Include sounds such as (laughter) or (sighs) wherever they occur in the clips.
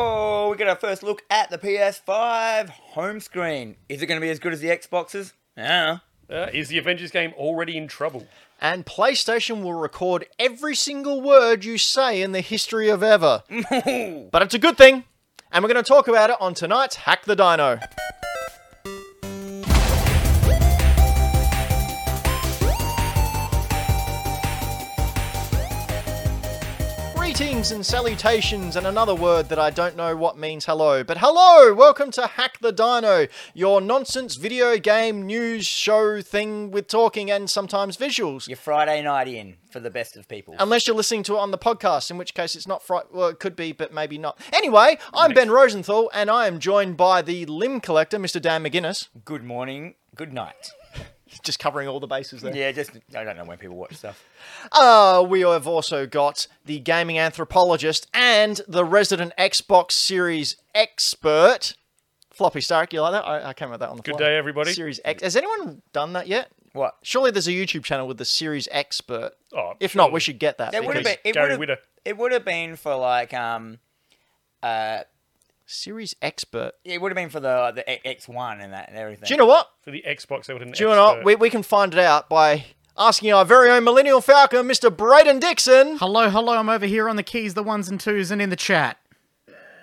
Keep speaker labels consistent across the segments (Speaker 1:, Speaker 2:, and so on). Speaker 1: Oh, we get our first look at the PS5 home screen. Is it going to be as good as the Xboxes? Yeah.
Speaker 2: Uh, is the Avengers game already in trouble?
Speaker 3: And PlayStation will record every single word you say in the history of ever. but it's a good thing. And we're going to talk about it on tonight's Hack the Dino. Greetings and salutations, and another word that I don't know what means hello. But hello, welcome to Hack the Dino, your nonsense video game news show thing with talking and sometimes visuals.
Speaker 1: Your Friday night in for the best of people.
Speaker 3: Unless you're listening to it on the podcast, in which case it's not fri- well, it could be, but maybe not. Anyway, I'm Ben Rosenthal, and I am joined by the limb collector, Mr. Dan McGuinness.
Speaker 1: Good morning, good night.
Speaker 3: Just covering all the bases there.
Speaker 1: Yeah, just I don't know when people watch stuff.
Speaker 3: Uh, we have also got the gaming anthropologist and the resident Xbox Series expert, Floppy Stark. You like that? I, I came up with that on the
Speaker 2: Good
Speaker 3: fly.
Speaker 2: day, everybody.
Speaker 3: Series X. Has anyone done that yet?
Speaker 1: What?
Speaker 3: Surely there's a YouTube channel with the Series Expert.
Speaker 2: Oh,
Speaker 3: if not, we should get that.
Speaker 1: It would have
Speaker 3: because
Speaker 1: been. It
Speaker 2: Gary
Speaker 1: would have.
Speaker 2: Whitta.
Speaker 1: It would have been for like um, uh,
Speaker 3: Series Expert.
Speaker 1: it would have been for the the X one and that and everything.
Speaker 3: Do you know what?
Speaker 2: For the Xbox, they would an
Speaker 3: Do you know what?
Speaker 2: expert.
Speaker 3: We, we can find it out by asking our very own Millennial Falcon, Mr. Braden Dixon.
Speaker 4: Hello, hello, I'm over here on the keys, the ones and twos, and in the chat.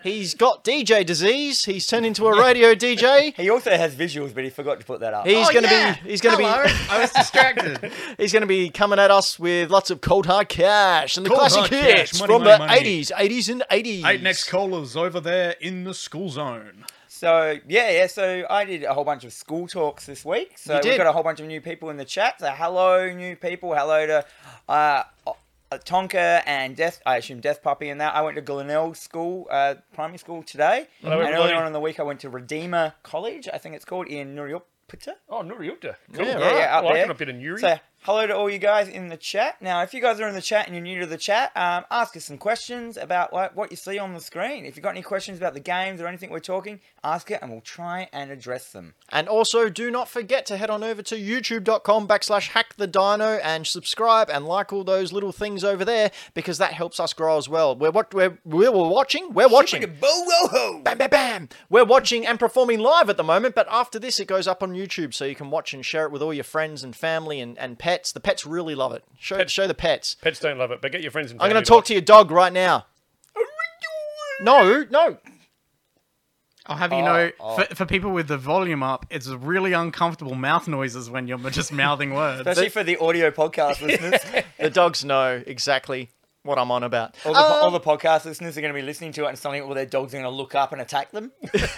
Speaker 3: He's got DJ disease. He's turned into a radio
Speaker 5: (laughs)
Speaker 3: DJ.
Speaker 1: He also has visuals, but he forgot to put that up.
Speaker 3: He's
Speaker 4: Oh,
Speaker 3: gonna
Speaker 4: yeah.
Speaker 3: be. He's gonna
Speaker 4: hello.
Speaker 3: be.
Speaker 4: I was (laughs) distracted.
Speaker 3: (laughs) He's going to be coming at us with lots of cold hard cash and the
Speaker 5: Cold
Speaker 3: classic
Speaker 5: hard cash,
Speaker 3: hits
Speaker 5: money,
Speaker 3: from
Speaker 5: money,
Speaker 3: the
Speaker 5: money.
Speaker 3: eighties, eighties and eighties.
Speaker 5: Eight next callers over there in the school zone.
Speaker 1: So yeah, yeah. So I did a whole bunch of school talks this week. So
Speaker 3: You
Speaker 1: we've
Speaker 3: did.
Speaker 1: got a whole bunch of new people in the chat. So hello, new people. Hello to uh, uh, Tonka and Death. I assume Death Puppy and that. I went to Glenelg School, uh, primary school today.
Speaker 2: Hello,
Speaker 1: and
Speaker 2: everybody.
Speaker 1: earlier on in the week, I went to Redeemer College. I think it's called in Nuriopita.
Speaker 2: Oh, Nuriupta. Cool.
Speaker 3: Yeah,
Speaker 1: Yeah,
Speaker 3: right.
Speaker 1: yeah, up
Speaker 2: Ah, I like
Speaker 1: there.
Speaker 2: it up in a Nuri.
Speaker 1: So, hello to all you guys in the chat. Now, if you guys are in the chat and you're new to the chat, um, ask us some questions about like, what you see on the screen. If you've got any questions about the games or anything we're talking, ask it and we'll try and address them.
Speaker 3: And also, do not forget to head on over to youtube.com backslash hack the dino and subscribe and like all those little things over there because that helps us grow as well. We're what we're we're, we're watching. We're watching. Bam, bam, bam. We're watching and performing live at the moment, but after this, it goes up on YouTube, so you can watch and share it with all your friends and family and, and pets. The pets really love it. Show show the pets.
Speaker 2: Pets don't love it, but get your friends and
Speaker 3: I'm going
Speaker 2: family
Speaker 3: to talk to your dog right now. No, no.
Speaker 4: I'll have you know, For, for people with the volume up, it's really uncomfortable mouth noises when you're just mouthing words.
Speaker 1: Especially for the audio
Speaker 2: (laughs)
Speaker 1: podcast listeners.
Speaker 3: The dogs know exactly what I'm on about.
Speaker 1: All the, po-
Speaker 2: Um,
Speaker 1: all the podcast listeners are going to be listening to it and suddenly all their dogs are going to look up and attack
Speaker 2: (laughs)
Speaker 1: them.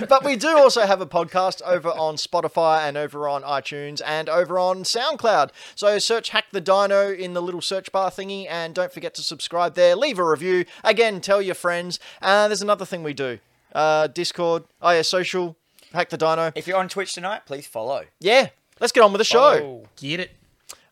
Speaker 3: But we do also have a podcast over on Spotify and over on iTunes and over on SoundCloud. So search Hack the Dino in the little search bar thingy and don't forget to subscribe there. Leave a review. Again, tell your friends. Uh, there's another thing we do uh, Discord, oh yeah, social, Hack the Dino.
Speaker 1: if you're on Twitch tonight, please follow.
Speaker 3: Yeah, let's get on with the show.
Speaker 2: Oh,
Speaker 4: Get it?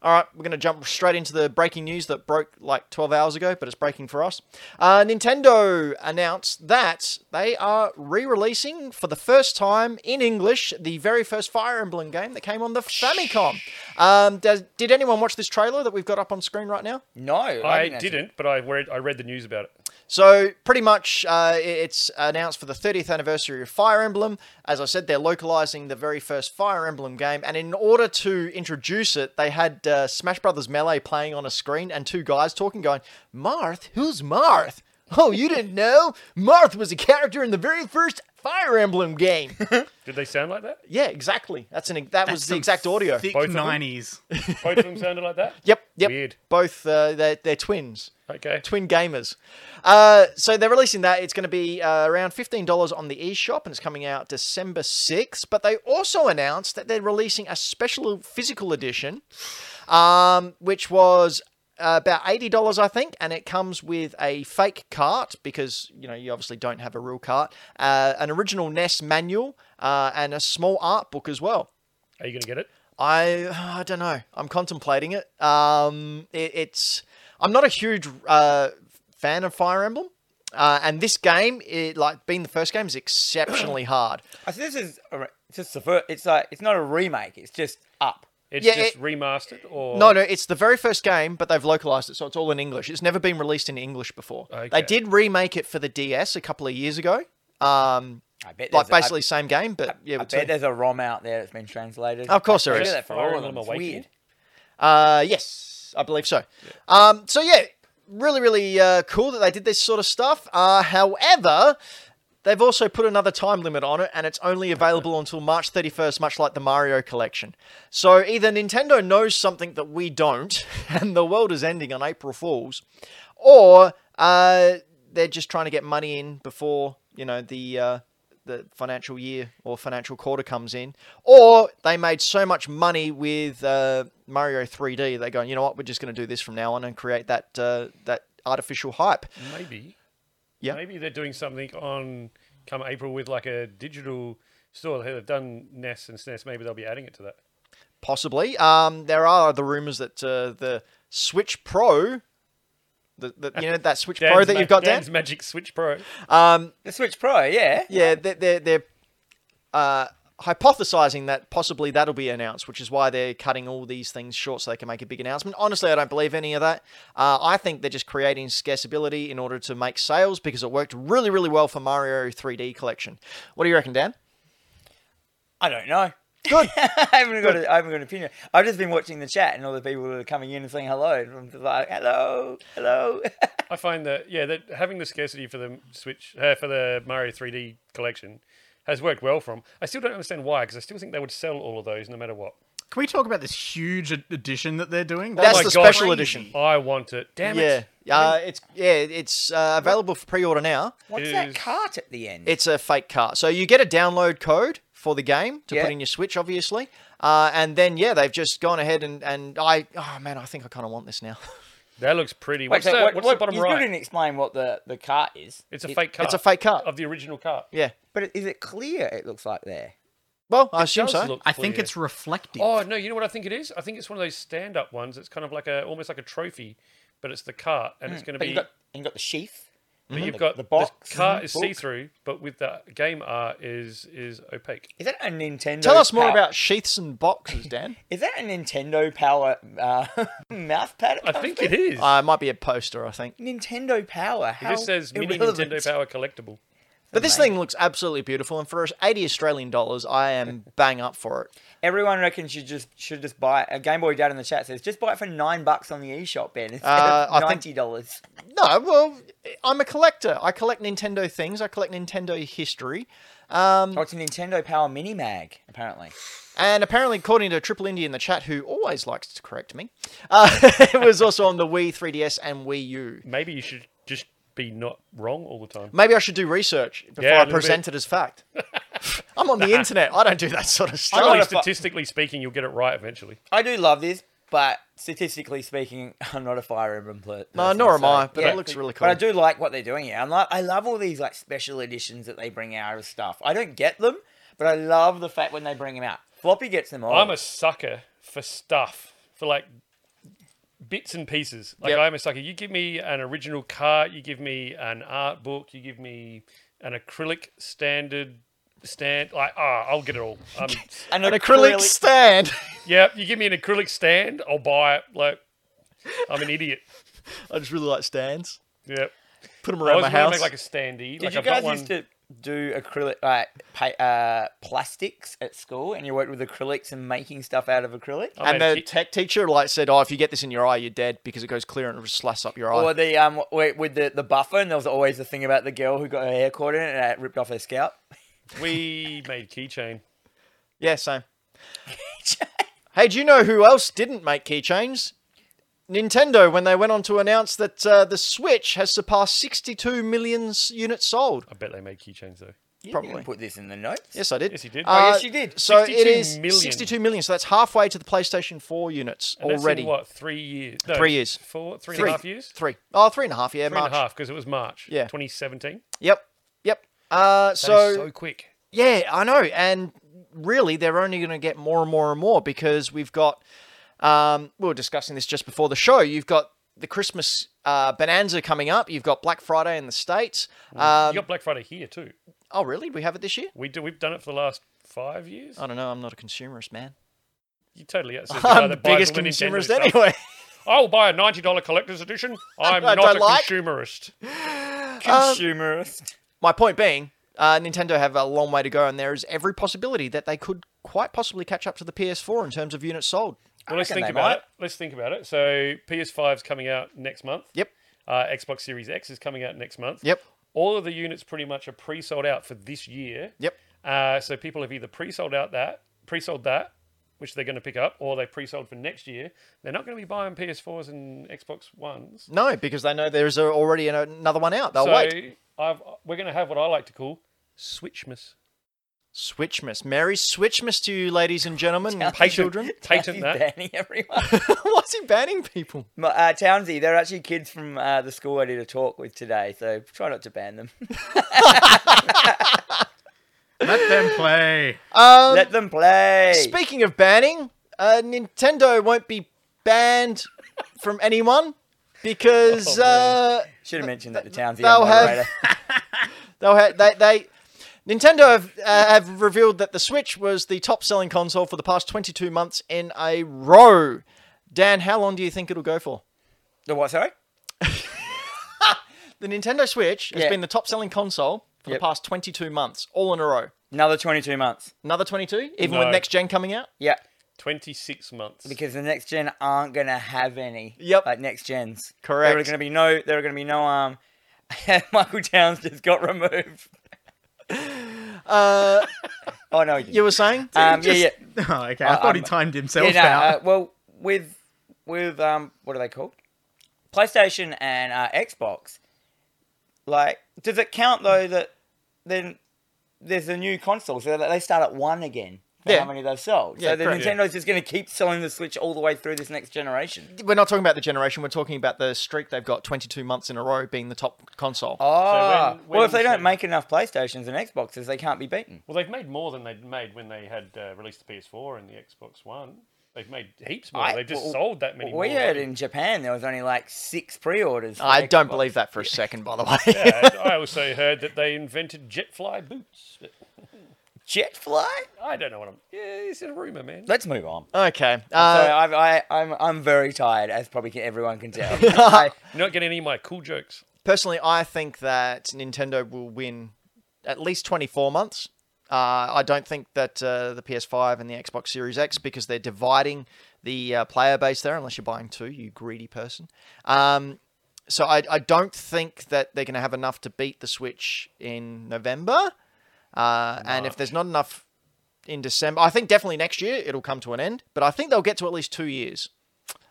Speaker 3: All right, we're going to jump straight into the breaking news that broke like 12 hours ago, but it's breaking for us. Uh, Nintendo announced that they are re releasing for the first time in English the very first Fire Emblem game that came on the Famicom. Um, does, did anyone watch this trailer that we've got up on screen right now?
Speaker 1: No,
Speaker 2: I
Speaker 1: actually-
Speaker 2: didn't, but I read, I read the news about it.
Speaker 3: So pretty much, uh, it- it's announced for the 30th anniversary of Fire Emblem. As I said, they're localizing the very first Fire Emblem game, and in order to introduce it, they had uh, Smash Brothers Melee playing on a screen and two guys talking, going, "Marth, who's Marth? (laughs) Oh, you didn't know? Marth was a character in the very first Fire Emblem game."
Speaker 2: Did they sound like that? (laughs)
Speaker 3: yeah, exactly. That's an that was the exact audio.
Speaker 4: Thick
Speaker 2: Both of them?
Speaker 4: 90s.
Speaker 2: Both of them sounded like that?
Speaker 3: Yep, yep.
Speaker 2: Weird.
Speaker 3: Both uh, they're, they're twins.
Speaker 2: Okay.
Speaker 3: Twin gamers. Uh, so they're releasing that. It's going to be uh, around $15 on the eShop and it's coming out December 6th. But they also announced that they're releasing a special physical edition, um, which was. Uh, about eighty dollars, I think, and it comes with a fake cart because you know you obviously don't have a real cart, uh, an original NES manual, uh, and a small art book as well.
Speaker 2: Are you going to get it?
Speaker 3: I I (sighs) don't know. I'm contemplating it. Um, it, it's I'm not a huge uh, fan of Fire Emblem, uh, and this game, it like being the first game,
Speaker 1: (clears throat)
Speaker 3: is exceptionally hard.
Speaker 1: I see this is a re- it's just the first, it's like it's not a remake, it's just up.
Speaker 2: It's
Speaker 3: Yeah,
Speaker 2: just
Speaker 3: it-
Speaker 2: remastered or
Speaker 3: No, no, it's the very first game, but they've localized it, so it's all in English. It's never been released in English before. They
Speaker 2: Okay.
Speaker 3: did remake it for the DS a couple of years ago, Um,
Speaker 1: I bet
Speaker 3: like
Speaker 1: there's a- I-
Speaker 3: basically same game, but yeah,
Speaker 1: I
Speaker 3: with
Speaker 1: bet
Speaker 3: two.
Speaker 1: there's a ROM out there that's been translated.
Speaker 3: Of course
Speaker 1: I
Speaker 3: there
Speaker 1: do
Speaker 3: is.
Speaker 1: that for
Speaker 2: Fire
Speaker 1: all of
Speaker 2: and
Speaker 1: them.
Speaker 2: I'm
Speaker 1: It's
Speaker 2: awake
Speaker 1: weird.
Speaker 2: here.
Speaker 3: Uh, yes, I believe so. Um, so yeah, really, really uh, cool that they did this sort of stuff. Uh, however, they've also put another time limit on it, and it's only available until March 31st, much like the Mario collection. So either Nintendo knows something that we don't, (laughs) and the world is ending on April Fools, or uh, they're just trying to get money in before you know the uh, the financial year or financial quarter comes in, or they made so much money with uh, Mario 3D they're going, you know what, we're just going to do this from now on and create that uh, that artificial hype.
Speaker 2: Maybe.
Speaker 3: Yeah.
Speaker 2: Maybe they're doing something on come April with like a digital store. They've done NES and SNES. Maybe they'll be adding it to that.
Speaker 3: Possibly. Um, there are other rumors that uh, the Switch Pro, the, the you know that Switch Pro
Speaker 2: Dan's
Speaker 3: that
Speaker 2: ma-
Speaker 3: you've got, Dan.
Speaker 2: Dan's Magic Switch Pro.
Speaker 1: The Switch Pro, yeah.
Speaker 3: Yeah, they're they're, they're uh, hypothesizing that possibly that'll be announced, which is why they're cutting all these things short so they can make a big announcement. Honestly, I don't believe any of that. Uh, I think they're just creating scarcity in order to make sales because it worked really, really well for Mario 3D Collection. What do you reckon, Dan?
Speaker 1: I don't know.
Speaker 3: Good.
Speaker 1: (laughs) I haven't got. A, I haven't got an opinion. I've just been watching the chat and all the people that are coming in and saying hello. And I'm just like, hello, hello. (laughs)
Speaker 2: I find that yeah, that having the scarcity for the Switch uh, for the Mario 3D collection has worked well for 'em. I still don't understand why, because I still think they would sell all of those no matter what.
Speaker 4: Can we talk about this huge ed- edition that they're doing?
Speaker 3: That's
Speaker 2: my
Speaker 3: the
Speaker 2: God.
Speaker 3: special
Speaker 2: Crazy.
Speaker 3: edition.
Speaker 2: I want it. Damn
Speaker 3: Yeah.
Speaker 2: it!
Speaker 3: Uh, it's yeah, it's uh, available for pre-order now.
Speaker 1: What's
Speaker 2: It
Speaker 1: that
Speaker 2: is-
Speaker 1: cart at the end?
Speaker 3: It's a fake cart. So you get a download code for the game to
Speaker 1: Yeah.
Speaker 3: put in your Switch, obviously. Uh, and then yeah, they've just gone ahead and, and I oh man, I think I kind of want this now. (laughs)
Speaker 2: That looks pretty.
Speaker 1: Wait,
Speaker 2: What's,
Speaker 1: so
Speaker 2: that?
Speaker 1: what-
Speaker 2: What's
Speaker 1: what-
Speaker 2: the bottom
Speaker 1: you
Speaker 2: right?
Speaker 1: didn't explain what the the cart is.
Speaker 2: It's a
Speaker 1: It-
Speaker 2: fake cart.
Speaker 3: It's a fake cart.
Speaker 2: of the original cart.
Speaker 3: yeah.
Speaker 1: But is it clear? It looks like there.
Speaker 3: Well, I assume
Speaker 2: Does
Speaker 3: so.
Speaker 2: look
Speaker 4: I think
Speaker 2: clear.
Speaker 4: it's reflective.
Speaker 2: Oh no! You know what I think it is? I think it's one of those stand-up ones. It's kind of like a almost like a trophy, but it's the cart, and it's going
Speaker 1: Hmm.
Speaker 2: to
Speaker 1: But
Speaker 2: be.
Speaker 1: you got you got the sheath.
Speaker 2: but you've
Speaker 1: the-
Speaker 2: got
Speaker 1: the box, Hmm.
Speaker 2: cart is
Speaker 1: book.
Speaker 2: see-through, but with the game art is is opaque.
Speaker 1: Is that a Nintendo?
Speaker 3: Tell us more
Speaker 1: power-
Speaker 3: about sheaths and boxes, Dan.
Speaker 1: Is that a Nintendo Power uh, (laughs) mouse pad? it
Speaker 2: I
Speaker 1: comes
Speaker 2: think
Speaker 1: with?
Speaker 2: it is.
Speaker 3: uh, it might be a poster, I think.
Speaker 1: Nintendo Power. How
Speaker 2: it just says mini
Speaker 1: irrelevant.
Speaker 2: Nintendo Power collectible.
Speaker 3: But this thing looks absolutely beautiful, and for us, eighty Australian dollars, I am bang up for it.
Speaker 1: Everyone reckons you just should just buy it. A Game Boy Dad in the chat says just buy it for nine bucks on the eShop, Ben. Instead
Speaker 3: Uh, I
Speaker 1: of
Speaker 3: think-
Speaker 1: ninety dollars.
Speaker 3: No, well, I'm a collector. I collect Nintendo things. I collect Nintendo history.
Speaker 1: Oh, it's a Nintendo Power Mini Mag, apparently.
Speaker 3: And apparently, according to Triple Indy in the chat, who always likes to correct me, uh, (laughs) it was also on the Wii, 3DS, and Wii U.
Speaker 2: Maybe you should just be not wrong all the time.
Speaker 3: Maybe I should do research before
Speaker 2: Yeah, a
Speaker 3: I
Speaker 2: little
Speaker 3: present it as fact. I'm on the internet. I don't do that sort of stuff.
Speaker 2: Surely,
Speaker 1: gotta fi-
Speaker 2: statistically speaking, you'll get it right eventually.
Speaker 1: I do love this, but statistically speaking, (laughs) I'm not a Fire Emblem player.
Speaker 3: No, nor am I, but that looks really
Speaker 1: But I
Speaker 3: cool.
Speaker 1: do like what they're doing here. I'm like, I love all these like special editions that they bring out of stuff. I don't get them, but I love the fact when they bring them out. Floppy gets them all.
Speaker 2: I'm a sucker for stuff, for like bits and pieces. Like
Speaker 3: Yep.
Speaker 2: I'm a sucker. You give me an original cart, you give me an art book, you give me an acrylic standard stand. Like ah, I'll get it all.
Speaker 1: (laughs)
Speaker 2: Um,
Speaker 1: an,
Speaker 3: An acrylic stand.
Speaker 2: yeah, you give me an acrylic stand, I'll buy it. Like I'm an idiot.
Speaker 3: (laughs) I just really like stands.
Speaker 2: Yep.
Speaker 3: Put them
Speaker 2: I
Speaker 3: around
Speaker 2: was
Speaker 3: my
Speaker 2: going to
Speaker 3: house.
Speaker 2: make like a standee.
Speaker 1: Did
Speaker 2: like
Speaker 1: you
Speaker 2: I've got
Speaker 1: guys
Speaker 2: one.
Speaker 1: used to do acrylic, like pa uh, plastics at school, and you worked with acrylics and making stuff out of acrylic?
Speaker 2: I
Speaker 3: and
Speaker 2: made a
Speaker 3: the
Speaker 2: ki-
Speaker 3: tech teacher like said, "Oh, if you get this in your eye, you're dead because it goes clear and it just slaps up
Speaker 2: Oh,
Speaker 3: your eye."
Speaker 1: Or the um wi- with the the buffer, and there was always the thing about the girl who got her hair caught in it and it ripped off her scalp.
Speaker 2: we made keychain.
Speaker 3: yeah, same. hey, do you know who else didn't make keychains? Nintendo, when they went on to announce that uh, the Switch has surpassed 62 million s- units sold.
Speaker 2: I bet they made keychains though.
Speaker 1: You
Speaker 3: Probably.
Speaker 1: didn't put this in the notes.
Speaker 3: Yes, I did. Uh,
Speaker 2: Yes, you did.
Speaker 1: Oh, yes, you did.
Speaker 3: So it is
Speaker 2: 62 million.
Speaker 3: 62 million. So that's halfway to the PlayStation 4 units
Speaker 2: And that's in,
Speaker 3: already.
Speaker 2: what three years? No,
Speaker 3: Three years.
Speaker 2: Four, three and
Speaker 3: Three.
Speaker 2: a half years.
Speaker 3: Three. Oh, three and a half. Yeah,
Speaker 2: Three and a half
Speaker 3: March.
Speaker 2: because it was March.
Speaker 3: Yeah.
Speaker 2: 2017.
Speaker 3: Yep. Yep. Uh,
Speaker 2: That is
Speaker 3: so,
Speaker 2: so quick.
Speaker 3: yeah, I know. And really, they're only going to get more and more and more because we've got. Um, we were discussing this just before the show. You've got the Christmas uh, bonanza coming up. You've got Black Friday in the states. Um,
Speaker 2: you got Black Friday here too.
Speaker 3: oh, really? We have it this year?
Speaker 2: We do. We've done it for the last five years.
Speaker 3: I don't know. I'm not a consumerist, man.
Speaker 2: you totally
Speaker 3: (laughs)
Speaker 2: out.
Speaker 3: I'm the biggest
Speaker 2: (laughs)
Speaker 3: consumerist anyway. (laughs)
Speaker 2: I will buy a ninety dollar collector's edition. I'm
Speaker 3: I
Speaker 2: not
Speaker 3: don't
Speaker 2: a
Speaker 3: like.
Speaker 2: consumerist.
Speaker 1: Consumerist.
Speaker 3: My point being, uh, Nintendo have a long way to go, and there is every possibility that they could quite possibly catch up to the PS4 in terms of units sold.
Speaker 2: Well, let's
Speaker 1: reckon
Speaker 2: think
Speaker 1: they
Speaker 2: about
Speaker 1: might.
Speaker 2: it. Let's think about it. So PS5's coming out next month.
Speaker 3: Yep.
Speaker 2: Uh, Xbox Series X is coming out next month.
Speaker 3: Yep.
Speaker 2: All of the units pretty much are pre-sold out for this year.
Speaker 3: Yep.
Speaker 2: Uh, so people have either pre-sold out that, pre-sold that, which they're going to pick up, or they pre-sold for next year. They're not going to be buying PS4s and Xbox Ones.
Speaker 3: No, because they know there's a- already an- another one out. They'll
Speaker 2: so
Speaker 3: wait.
Speaker 2: I've, we're going to have what I like to call Switchmas.
Speaker 3: Switchmas. Merry Switchmas to you, ladies and gentlemen, and
Speaker 2: Patent-
Speaker 3: (laughs) children.
Speaker 2: Patent
Speaker 1: He's
Speaker 2: that.
Speaker 1: banning (laughs) everyone.
Speaker 3: Why's he banning people?
Speaker 1: My- uh, Townsy, they're actually kids from uh, the school I did a talk with today, so try not to ban them. (laughs)
Speaker 5: Let them play.
Speaker 3: Um,
Speaker 1: Let them play.
Speaker 3: Speaking of banning, uh, Nintendo won't be banned from anyone because
Speaker 2: Oh, man.
Speaker 3: uh,
Speaker 1: Should have mentioned that to Townsy.
Speaker 3: they'll
Speaker 1: our
Speaker 3: have-
Speaker 1: moderator.
Speaker 3: they'll ha- they they Nintendo have uh, have revealed that the Switch was the top selling console for the past 22 months in a row. Dan, how long do you think it'll go for?
Speaker 1: The what? Sorry.
Speaker 3: The Nintendo Switch has
Speaker 1: Yeah.
Speaker 3: been the top selling console for
Speaker 1: Yep.
Speaker 3: the past 22 months, all in a row.
Speaker 1: Another 22 months.
Speaker 3: Another 22,
Speaker 2: No.
Speaker 3: even with next gen coming out.
Speaker 1: Yeah,
Speaker 2: 26 months.
Speaker 1: because the next gen aren't gonna have any.
Speaker 3: Yep.
Speaker 1: Like next gens. There are
Speaker 3: Correct.
Speaker 1: gonna be no. There are gonna be no. Um, (laughs) Michael Towns just got removed.
Speaker 3: Uh,
Speaker 1: Oh no, you.
Speaker 3: you were saying?
Speaker 1: Um, yeah, yeah.
Speaker 4: (laughs) Oh, okay. I
Speaker 1: Uh,
Speaker 4: thought he
Speaker 1: um,
Speaker 4: timed himself
Speaker 1: yeah, no,
Speaker 4: out.
Speaker 1: uh, well, with with um, what are they called? PlayStation and uh, Xbox. Like, does it count though that then there's a new console, so that they start at one again? for
Speaker 3: Yeah.
Speaker 1: How many they've sold?
Speaker 3: Yeah,
Speaker 1: so the
Speaker 3: correct.
Speaker 1: Nintendo's just going to keep selling the Switch all the way through this next generation.
Speaker 3: we're not talking about the generation. We're talking about the streak they've got 22 months in a row being the top console.
Speaker 1: Oh,
Speaker 2: when-
Speaker 1: well, if
Speaker 2: when-
Speaker 1: they don't make enough PlayStations and Xboxes, they can't be beaten.
Speaker 2: Well, they've made more than they'd made when they had uh, released the PS4 and the Xbox One. They've made heaps more.
Speaker 1: I-
Speaker 2: they've just
Speaker 1: well,
Speaker 2: sold that many.
Speaker 1: we
Speaker 2: more.
Speaker 1: heard in Japan there was only like six pre-orders. for
Speaker 3: I don't
Speaker 1: Xbox.
Speaker 3: believe that for a
Speaker 1: (laughs)
Speaker 3: second, by the way.
Speaker 2: Yeah, and I also heard that they invented jetfly boots. But
Speaker 1: Jetfly.
Speaker 2: I don't know what I'm. Yeah, it's a rumor, man.
Speaker 1: Let's move on.
Speaker 3: (laughs) okay.
Speaker 1: Sorry,
Speaker 3: Uh,
Speaker 1: I've, I, I'm, I'm very tired, as probably can- everyone can (laughs) tell. I,
Speaker 2: You're not getting any of my cool jokes.
Speaker 3: personally, I think that Nintendo will win at least 24 months. Uh, I don't think that uh, the PS5 and the Xbox Series X, because they're dividing the uh, player base there, unless you're buying two, you greedy person. Um, so I, I don't think that they're going to have enough to beat the Switch in November. Uh, and if there's not enough in December, I think definitely next year it'll come to an end. But I think they'll get to at least two years.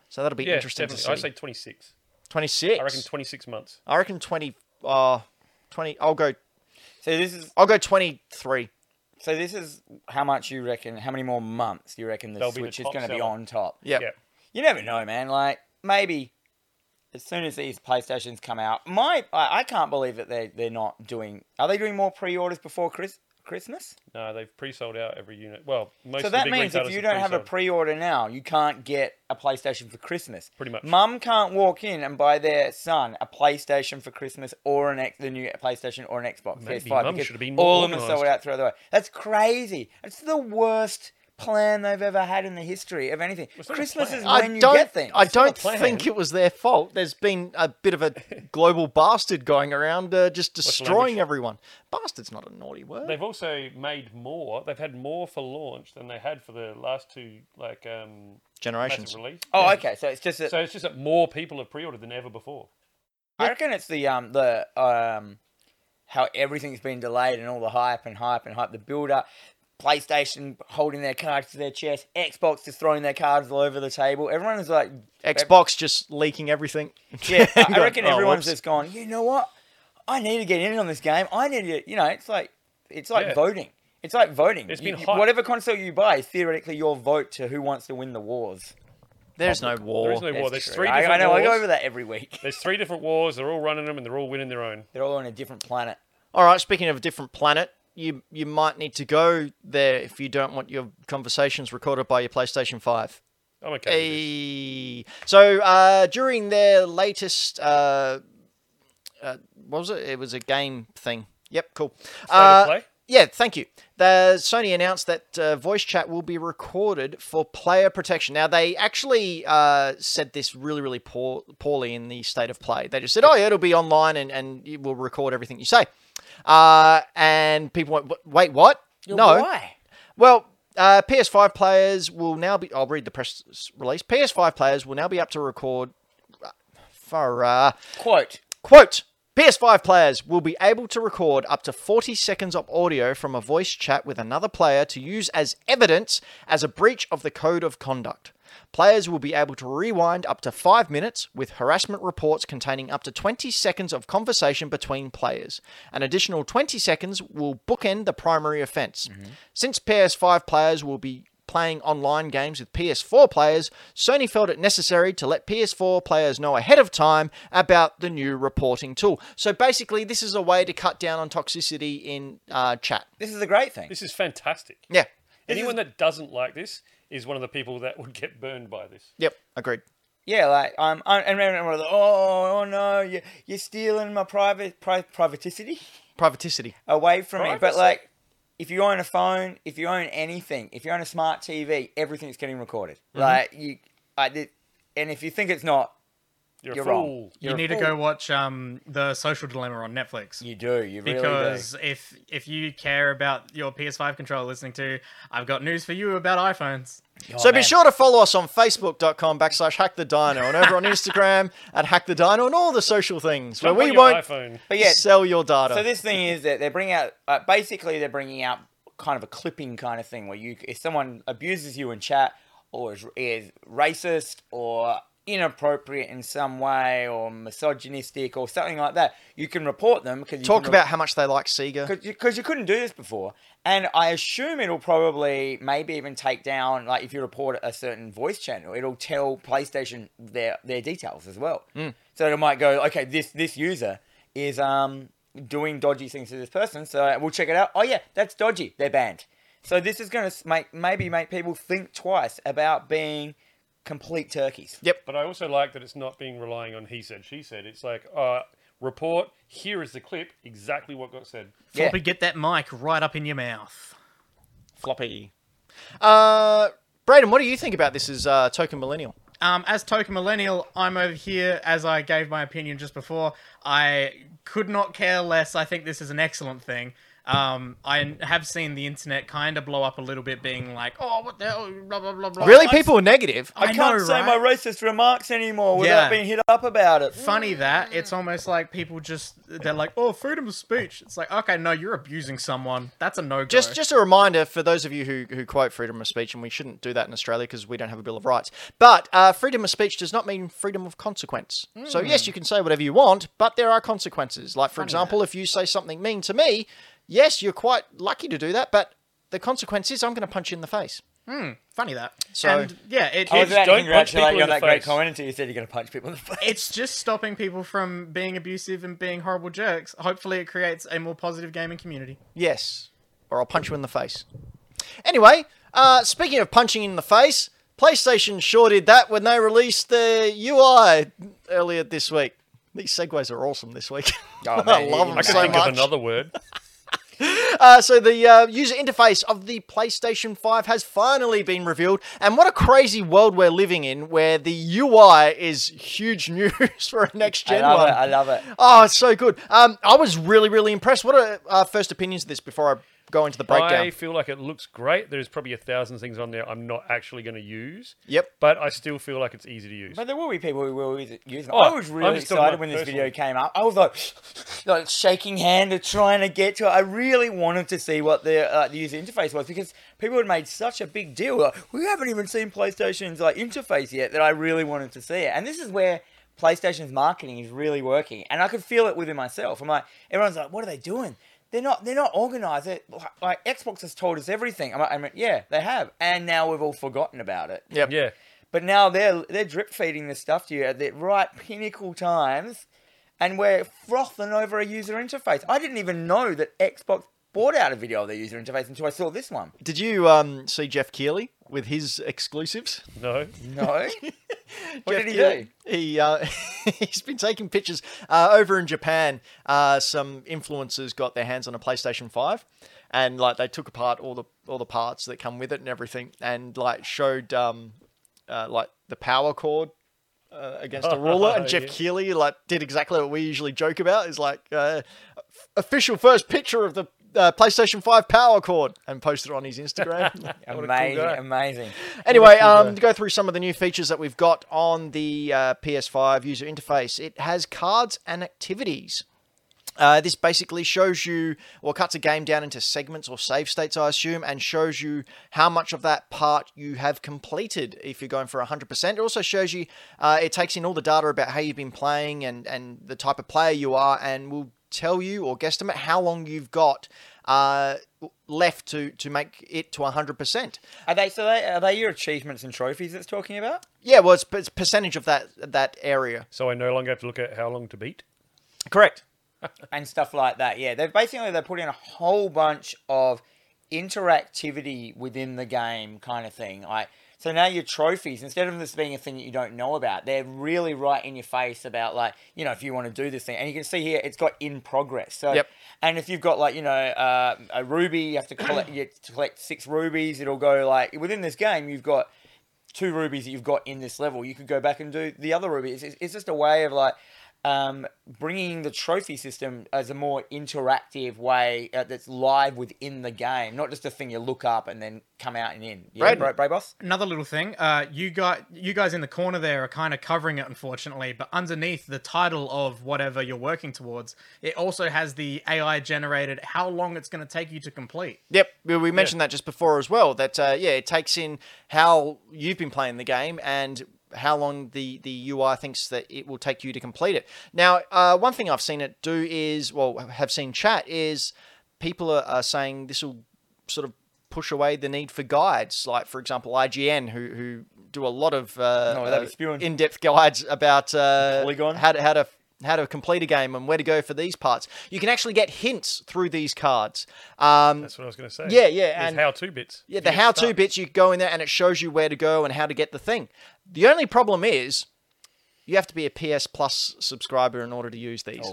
Speaker 3: So that'll be
Speaker 2: Yeah,
Speaker 3: interesting
Speaker 2: definitely.
Speaker 3: to
Speaker 2: I
Speaker 3: see.
Speaker 2: say 26.
Speaker 3: 26.
Speaker 2: I reckon 26 months.
Speaker 3: I reckon 20 uh 20 I'll go
Speaker 1: so this is
Speaker 3: I'll go 23.
Speaker 1: so this is how much you reckon? How many more months do you reckon the
Speaker 2: They'll be the
Speaker 1: Switch is
Speaker 2: top
Speaker 1: going to be
Speaker 2: seller.
Speaker 1: on top?
Speaker 3: Yep.
Speaker 2: Yeah.
Speaker 1: You never know, man. Like maybe as soon as these PlayStations come out, my I, I can't believe that they they're not doing. Are they doing more pre-orders before Chris, Christmas?
Speaker 2: No, they've pre-sold out every unit. Well, most.
Speaker 1: So
Speaker 2: of the
Speaker 1: that
Speaker 2: big
Speaker 1: means if
Speaker 2: retailers
Speaker 1: you don't have a
Speaker 2: pre-sold.
Speaker 1: pre-order now, you can't get a PlayStation for Christmas.
Speaker 2: Pretty much.
Speaker 1: Mum can't walk in and buy their son a PlayStation for Christmas or an X, the new PlayStation or an Xbox
Speaker 2: Maybe
Speaker 1: PS5
Speaker 2: Mum
Speaker 1: because
Speaker 2: should have been more
Speaker 1: all of them are
Speaker 2: organised.
Speaker 1: sold out throughout the way. That's crazy. It's the worst plan they've ever had in the history of anything.
Speaker 2: not a
Speaker 1: Christmas
Speaker 2: plan.
Speaker 1: is
Speaker 3: I
Speaker 1: when you
Speaker 3: don't
Speaker 1: get things.
Speaker 3: I don't
Speaker 2: plan.
Speaker 3: think it was their fault. There's been a bit
Speaker 2: (laughs)
Speaker 3: of a global bastard going around uh, just destroying
Speaker 2: language?
Speaker 3: everyone. Bastard's not a naughty word.
Speaker 2: They've also made more. They've had more for launch than they had for the last two like um
Speaker 3: Generations.
Speaker 2: massive release.
Speaker 1: oh,
Speaker 2: Yeah.
Speaker 1: okay. So it's just that
Speaker 2: So it's just that more people have pre-ordered than ever before.
Speaker 1: I reckon it's the um the um how everything's been delayed and all the hype and hype and hype, the build up. PlayStation holding their cards to their chest, Xbox just throwing their cards all over the table. Everyone is
Speaker 2: (laughs)
Speaker 1: like,
Speaker 3: Xbox just leaking everything. (laughs)
Speaker 1: yeah, I- I
Speaker 3: Going,
Speaker 1: reckon
Speaker 3: "Oh,
Speaker 1: everyone's
Speaker 3: whoops."
Speaker 1: just gone. You know what? I need to get in on this game. I need to, you know, it's like it's like
Speaker 2: Yeah.
Speaker 1: voting. It's like voting.
Speaker 2: It's
Speaker 1: You-
Speaker 2: been
Speaker 1: you-
Speaker 2: hype.
Speaker 1: whatever console you buy, is theoretically your vote to who wants to win the wars.
Speaker 3: There's no war.
Speaker 2: There is no war.
Speaker 1: That's
Speaker 2: There's
Speaker 1: true.
Speaker 2: three
Speaker 1: I,
Speaker 2: different
Speaker 1: I know.
Speaker 2: wars.
Speaker 1: I go over that every week. (laughs)
Speaker 2: There's three different wars. They're all running them, and they're all winning their own.
Speaker 1: They're all on a different planet.
Speaker 3: All right, speaking of a different planet, you you might need to go there if you don't want your conversations recorded by your PlayStation 5.
Speaker 2: I'm okay. with this.
Speaker 3: Hey. So uh, during their latest, uh, uh, what was it? It was a game thing. Yep, cool.
Speaker 2: State of
Speaker 3: Uh,
Speaker 2: play?
Speaker 3: yeah, thank you. The Sony announced that uh, voice chat will be recorded for player protection. Now they actually uh, said this really, really poor, poorly in the state of play. They just said, "Oh yeah, it'll be online and and it will record everything you say." Uh, and people went, "Wh- "Wait, what? no,
Speaker 1: Why?
Speaker 3: well, uh, PS5 players will now be. I'll read the press s- release. PS5 players will now be up to record. uh, For uh,
Speaker 1: Quote.
Speaker 3: quote, PS5 players will be able to record up to 40 seconds of audio from a voice chat with another player to use as evidence as a breach of the code of conduct. Players will be able to rewind up to five minutes with harassment reports containing up to 20 seconds of conversation between players. An additional 20 seconds will bookend the primary offense. Since PS5 players will be playing online games with PS4 players, Sony felt it necessary to let PS4 players know ahead of time about the new reporting tool. So basically, this is a way to cut down on toxicity in uh, chat.
Speaker 1: This is a great thing.
Speaker 2: This is fantastic.
Speaker 3: Yeah.
Speaker 2: Anyone that doesn't like this is one of the people that would get burned by this.
Speaker 3: Yep. Agreed.
Speaker 1: Yeah, like um, I- and remember, like, oh, oh no, you you're stealing my private pri- privaticity
Speaker 3: Privaticity.
Speaker 1: away from me. But
Speaker 2: Privacy?
Speaker 1: like, if you own a phone, if you own anything, if you own a smart TV, everything's getting recorded. Like you, I did, and if you think it's not,
Speaker 2: You're,
Speaker 1: You're
Speaker 2: a
Speaker 1: wrong.
Speaker 2: fool.
Speaker 4: You need to go watch um, the Social Dilemma on Netflix.
Speaker 1: you do, you really
Speaker 4: because if if you care about your PS5 controller listening to, I've got news for you about iPhones.
Speaker 1: do.
Speaker 3: so
Speaker 1: Oh,
Speaker 3: be
Speaker 1: man.
Speaker 3: sure to follow us on facebook.com backslash hack the dino and over on Instagram (laughs) at hack the dino and all the social things where
Speaker 2: Jump on
Speaker 3: we
Speaker 2: your
Speaker 3: won't
Speaker 2: iPhone.
Speaker 1: But yeah,
Speaker 3: sell your data.
Speaker 1: So this thing is that they're bringing out uh, basically they're bringing out kind of a clipping kind of thing where you if someone abuses you in chat or is, is racist or inappropriate in some way or misogynistic or something like that, you can report them because you
Speaker 3: Talk
Speaker 1: can
Speaker 3: about how much they like Sega.
Speaker 1: because you, couldn't do this before, and I assume it'll probably maybe even take down like if you report a certain voice channel, it'll tell PlayStation their their details as well.
Speaker 4: Hmm.
Speaker 1: So it might go, okay, this this user is um doing dodgy things to this person, so we'll check it out. Oh yeah, that's dodgy. They're banned. So this is going to make maybe make people think twice about being complete turkeys.
Speaker 2: But I also like that it's not being relying on he said, she said. It's like, uh, report, here is the clip, exactly what got said.
Speaker 1: Yeah.
Speaker 4: Floppy, get that mic right up in your mouth.
Speaker 3: Floppy. Uh, Braden, what do you think about this as uh, Token Millennial?
Speaker 4: Um, as token millennial, I'm over here. As I gave my opinion just before, I could not care less. I think this is an excellent thing. Um, I have seen the internet kind of blow up a little bit, being like, "Oh, what the hell?" Blah blah blah blah.
Speaker 3: Really? People are negative?
Speaker 4: I,
Speaker 1: Oh, I can't
Speaker 4: know,
Speaker 1: say
Speaker 4: right? Mm.
Speaker 1: my racist remarks anymore
Speaker 4: Yeah.
Speaker 1: without being hit up about it.
Speaker 4: funny that it's almost like people just they're like, "Oh, freedom of speech." It's like, okay, no, you're abusing someone. That's a no go.
Speaker 3: Just, just a reminder for those of you who, who quote freedom of speech, and we shouldn't do that in Australia because we don't have a Bill of Rights. But uh, freedom of speech does not mean freedom of consequence. So, yes, you can say whatever you want, but there are consequences. Like, for example, if you say something mean to me, yes, you're quite lucky to do that, but the consequence is I'm going to punch you in the face.
Speaker 4: funny that.
Speaker 3: So-
Speaker 4: and yeah, it,
Speaker 1: I was
Speaker 4: it's-
Speaker 1: about to
Speaker 2: don't punch
Speaker 1: congratulate
Speaker 2: people
Speaker 1: you
Speaker 2: in
Speaker 1: on
Speaker 2: the
Speaker 1: that great
Speaker 2: face.
Speaker 1: comment until you said you're going to punch people in the face.
Speaker 4: it's just stopping people from being abusive and being horrible jerks. Hopefully, it creates a more positive gaming community.
Speaker 3: Yes, or I'll punch you in the face. Anyway, uh, speaking of punching in the face, PlayStation sure did that when they released their UI earlier this week. These segues are awesome this week.
Speaker 1: Oh,
Speaker 3: (laughs) I
Speaker 1: man,
Speaker 3: love
Speaker 1: you-
Speaker 3: them
Speaker 1: I
Speaker 2: I can
Speaker 3: so
Speaker 2: think
Speaker 3: much.
Speaker 2: of another word.
Speaker 3: Uh, so the uh, user interface of the PlayStation 5 has finally been revealed, and what a crazy world we're living in, where the UI is huge (laughs) news for a next
Speaker 1: I
Speaker 3: gen
Speaker 1: love
Speaker 3: one.
Speaker 1: it. I love it.
Speaker 3: Oh, it's so good. Um, I was really, really impressed. What are uh, first opinions of this before I go into the (laughs) breakdown?
Speaker 2: I feel like it looks great. There's probably a thousand things on there I'm not actually going to use.
Speaker 3: Yep.
Speaker 2: But I still feel like it's easy to use.
Speaker 1: But there will be people who will use it. use it.
Speaker 2: Oh,
Speaker 1: I was
Speaker 2: I'm
Speaker 1: really
Speaker 2: just talking
Speaker 1: excited
Speaker 2: about
Speaker 1: when this
Speaker 2: personally.
Speaker 1: video came up. I was like, (sighs) like shaking hand and trying to get to it. I really wanted to see what the, uh, the user interface was because people had made such a big deal. Like, we haven't even seen PlayStation's like interface yet that I really wanted to see it. And this is where PlayStation's marketing is really working. And I could feel it within myself. I'm like, everyone's like, what are they doing? They're not. They're not organized. They're, like, like Xbox has told us everything. I'm like, I mean, yeah, they have, and now we've all forgotten about it.
Speaker 3: Yep.
Speaker 2: yeah.
Speaker 1: But now they're they're drip feeding this stuff to you at the right pinnacle times, and we're frothing over a user interface. I didn't even know that Xbox bought out a video of their user interface until I saw this one.
Speaker 3: Did you um, see Jeff Keighley with his exclusives?
Speaker 2: No. (laughs)
Speaker 1: No. what
Speaker 3: Jeff
Speaker 1: did he
Speaker 3: Keighley,
Speaker 1: do?
Speaker 3: He uh, (laughs) he's been taking pictures uh, over in Japan. Uh, some influencers got their hands on a PlayStation Five, and like they took apart all the all the parts that come with it and everything, and like showed um, uh, like the power cord. Uh, against a ruler,
Speaker 1: (laughs)
Speaker 3: and Jeff
Speaker 2: Yeah.
Speaker 3: Keighley like did exactly what we usually joke about. Is like uh, f- official first picture of the uh, PlayStation Five power cord, and posted it on
Speaker 1: (laughs)
Speaker 3: his Instagram.
Speaker 2: cool
Speaker 1: Amazing,
Speaker 2: guy.
Speaker 1: amazing.
Speaker 3: Anyway, um, to go through some of the new features that we've got on the uh, PS5 user interface, it has cards and activities. Uh, this basically shows you, or cuts a game down into segments or save states, I assume, and shows you how much of that part you have completed if you're going for 100%. It also shows you, uh, it takes in all the data about how you've been playing and, and the type of player you are, and will tell you or guesstimate how long you've got uh, left to, to make it to 100%.
Speaker 1: Are they so? They, are they your achievements and trophies? It's talking about.
Speaker 3: Yeah, well, it's, it's percentage of that that area.
Speaker 2: So I no longer have to look at how long to beat.
Speaker 3: Correct.
Speaker 1: and stuff like that. Yeah, they've basically they put in a whole bunch of interactivity within the game, kind of thing. Like so now your trophies, instead of this being a thing that you don't know about, they're really right in your face about like you know if you want to do this thing, and you can see here it's got in progress. So
Speaker 3: Yep.
Speaker 1: and if you've got like you know uh, a ruby, you have to collect you have to collect six rubies. It'll go like within this game you've got two rubies that you've got in this level. You could go back and do the other ruby. It's, it's, it's just a way of like um, bringing the trophy system as a more interactive way uh, that's live within the game, not just a thing you look up and then come out and in. Yeah,
Speaker 3: Braden.
Speaker 1: Bra- Brave Boss?
Speaker 4: Another little thing, uh, you got you guys in the corner there are kind of covering it, unfortunately. But underneath the title of whatever you're working towards, it also has the AI generated how long it's going to take you to complete.
Speaker 3: Yep. We, we mentioned that just before as well. That uh, yeah, it takes in how you've been playing the game and how long the the UI thinks that it will take you to complete it. Now, uh, one thing I've seen it do is well, have seen chat is people are, are saying this will sort of push away the need for guides. Like for example, IGN who who do a lot of uh,
Speaker 1: No, they'd be
Speaker 3: uh,
Speaker 1: spewing.
Speaker 3: in-depth guides about uh,
Speaker 1: Polygon?
Speaker 3: how to how to how to complete a game and where to go for these parts. You can actually get hints through these cards. Um,
Speaker 2: That's what I was going to say.
Speaker 3: Yeah, yeah,
Speaker 2: There's
Speaker 3: and-
Speaker 2: how-to bits.
Speaker 3: yeah,
Speaker 2: You
Speaker 3: the
Speaker 2: get
Speaker 3: how to
Speaker 2: stuck.
Speaker 3: bits, you go in there and it shows you where to go and how to get the thing. The only problem is you have to be a PS Plus subscriber in order to use these.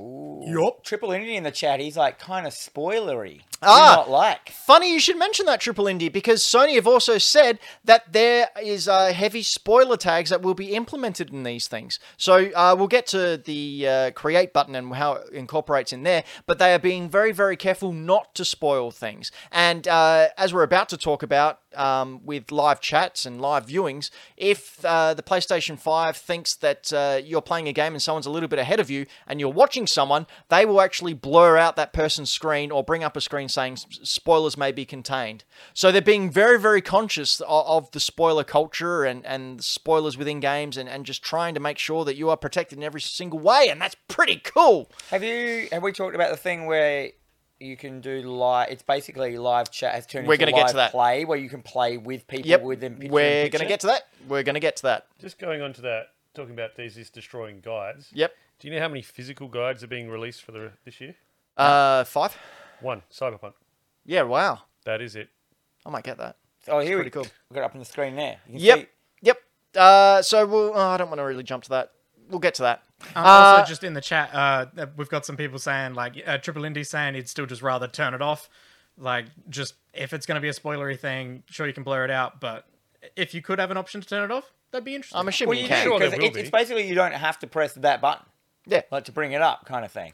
Speaker 1: Yup. Triple Entity in the chat, he's like kind of spoilery.
Speaker 3: Ah.
Speaker 1: Ah. not like.
Speaker 3: Funny you should mention that Triple Indie because Sony have also said that there is uh, heavy spoiler tags that will be implemented in these things. So uh, we'll get to the uh, create button and how it incorporates in there, but they are being very, very careful not to spoil things. And uh, as we're about to talk about um, with live chats and live viewings, if uh, the PlayStation 5 thinks that uh, you're playing a game and someone's a little bit ahead of you and you're watching someone, they will actually blur out that person's screen or bring up a screen saying s- spoilers may be contained. So they're being very, very conscious of, of the spoiler culture and, and spoilers within games and, and just trying to make sure that you are protected in every single way. And that's pretty cool.
Speaker 1: Have you, have we talked about the thing where you can do live, it's basically live chat has turned
Speaker 3: We're
Speaker 1: into
Speaker 3: gonna get
Speaker 1: live
Speaker 3: to that.
Speaker 1: play where you can play with people
Speaker 3: Yep.
Speaker 1: with them. picture
Speaker 3: We're
Speaker 1: in
Speaker 3: going to
Speaker 1: picture?
Speaker 3: get to that. We're going to get to that.
Speaker 2: Just going on to that, talking about these is destroying guides.
Speaker 3: Yep.
Speaker 2: Do you know how many physical guides are being released for the this year?
Speaker 3: Uh, five?
Speaker 2: One, Cyberpunk.
Speaker 3: Yeah, wow.
Speaker 2: That is it.
Speaker 3: I might get that.
Speaker 1: Oh, here we
Speaker 3: pretty cool.
Speaker 1: We've got it up on the screen there. You can
Speaker 3: Yep.
Speaker 1: see-
Speaker 3: Yep. Uh, so we'll. Oh, I don't want to really jump to that. We'll get to that.
Speaker 4: Um,
Speaker 3: Uh,
Speaker 4: also, just in the chat, uh, that we've got some people saying like uh, Triple Indy saying he'd still just rather turn it off. Like, just if it's going to be a spoilery thing, sure you can blur it out, but if you could have an option to turn it off, that'd be interesting.
Speaker 3: I'm assuming
Speaker 1: Well,
Speaker 3: you
Speaker 1: you
Speaker 3: can.
Speaker 1: do
Speaker 2: Sure there
Speaker 1: because
Speaker 2: will
Speaker 1: it's, it's
Speaker 2: be.
Speaker 1: basically you don't have to press that button
Speaker 3: Yeah.
Speaker 1: like to bring it up, kind of thing.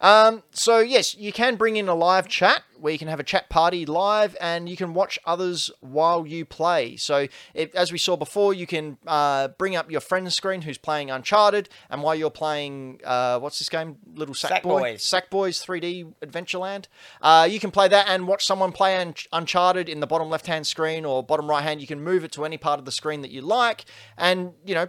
Speaker 3: Um, so yes, you can bring in a live chat where you can have a chat party live, and you can watch others while you play. So it, as we saw before, you can uh, bring up your friend's screen who's playing Uncharted, and while you're playing, uh, what's this game? Little Sackboy.
Speaker 1: Sackboy.
Speaker 3: Sackboy's 3D Adventureland. Uh, you can play that and watch someone play Un- Uncharted in the bottom left-hand screen or bottom right-hand. You can move it to any part of the screen that you like, and you know,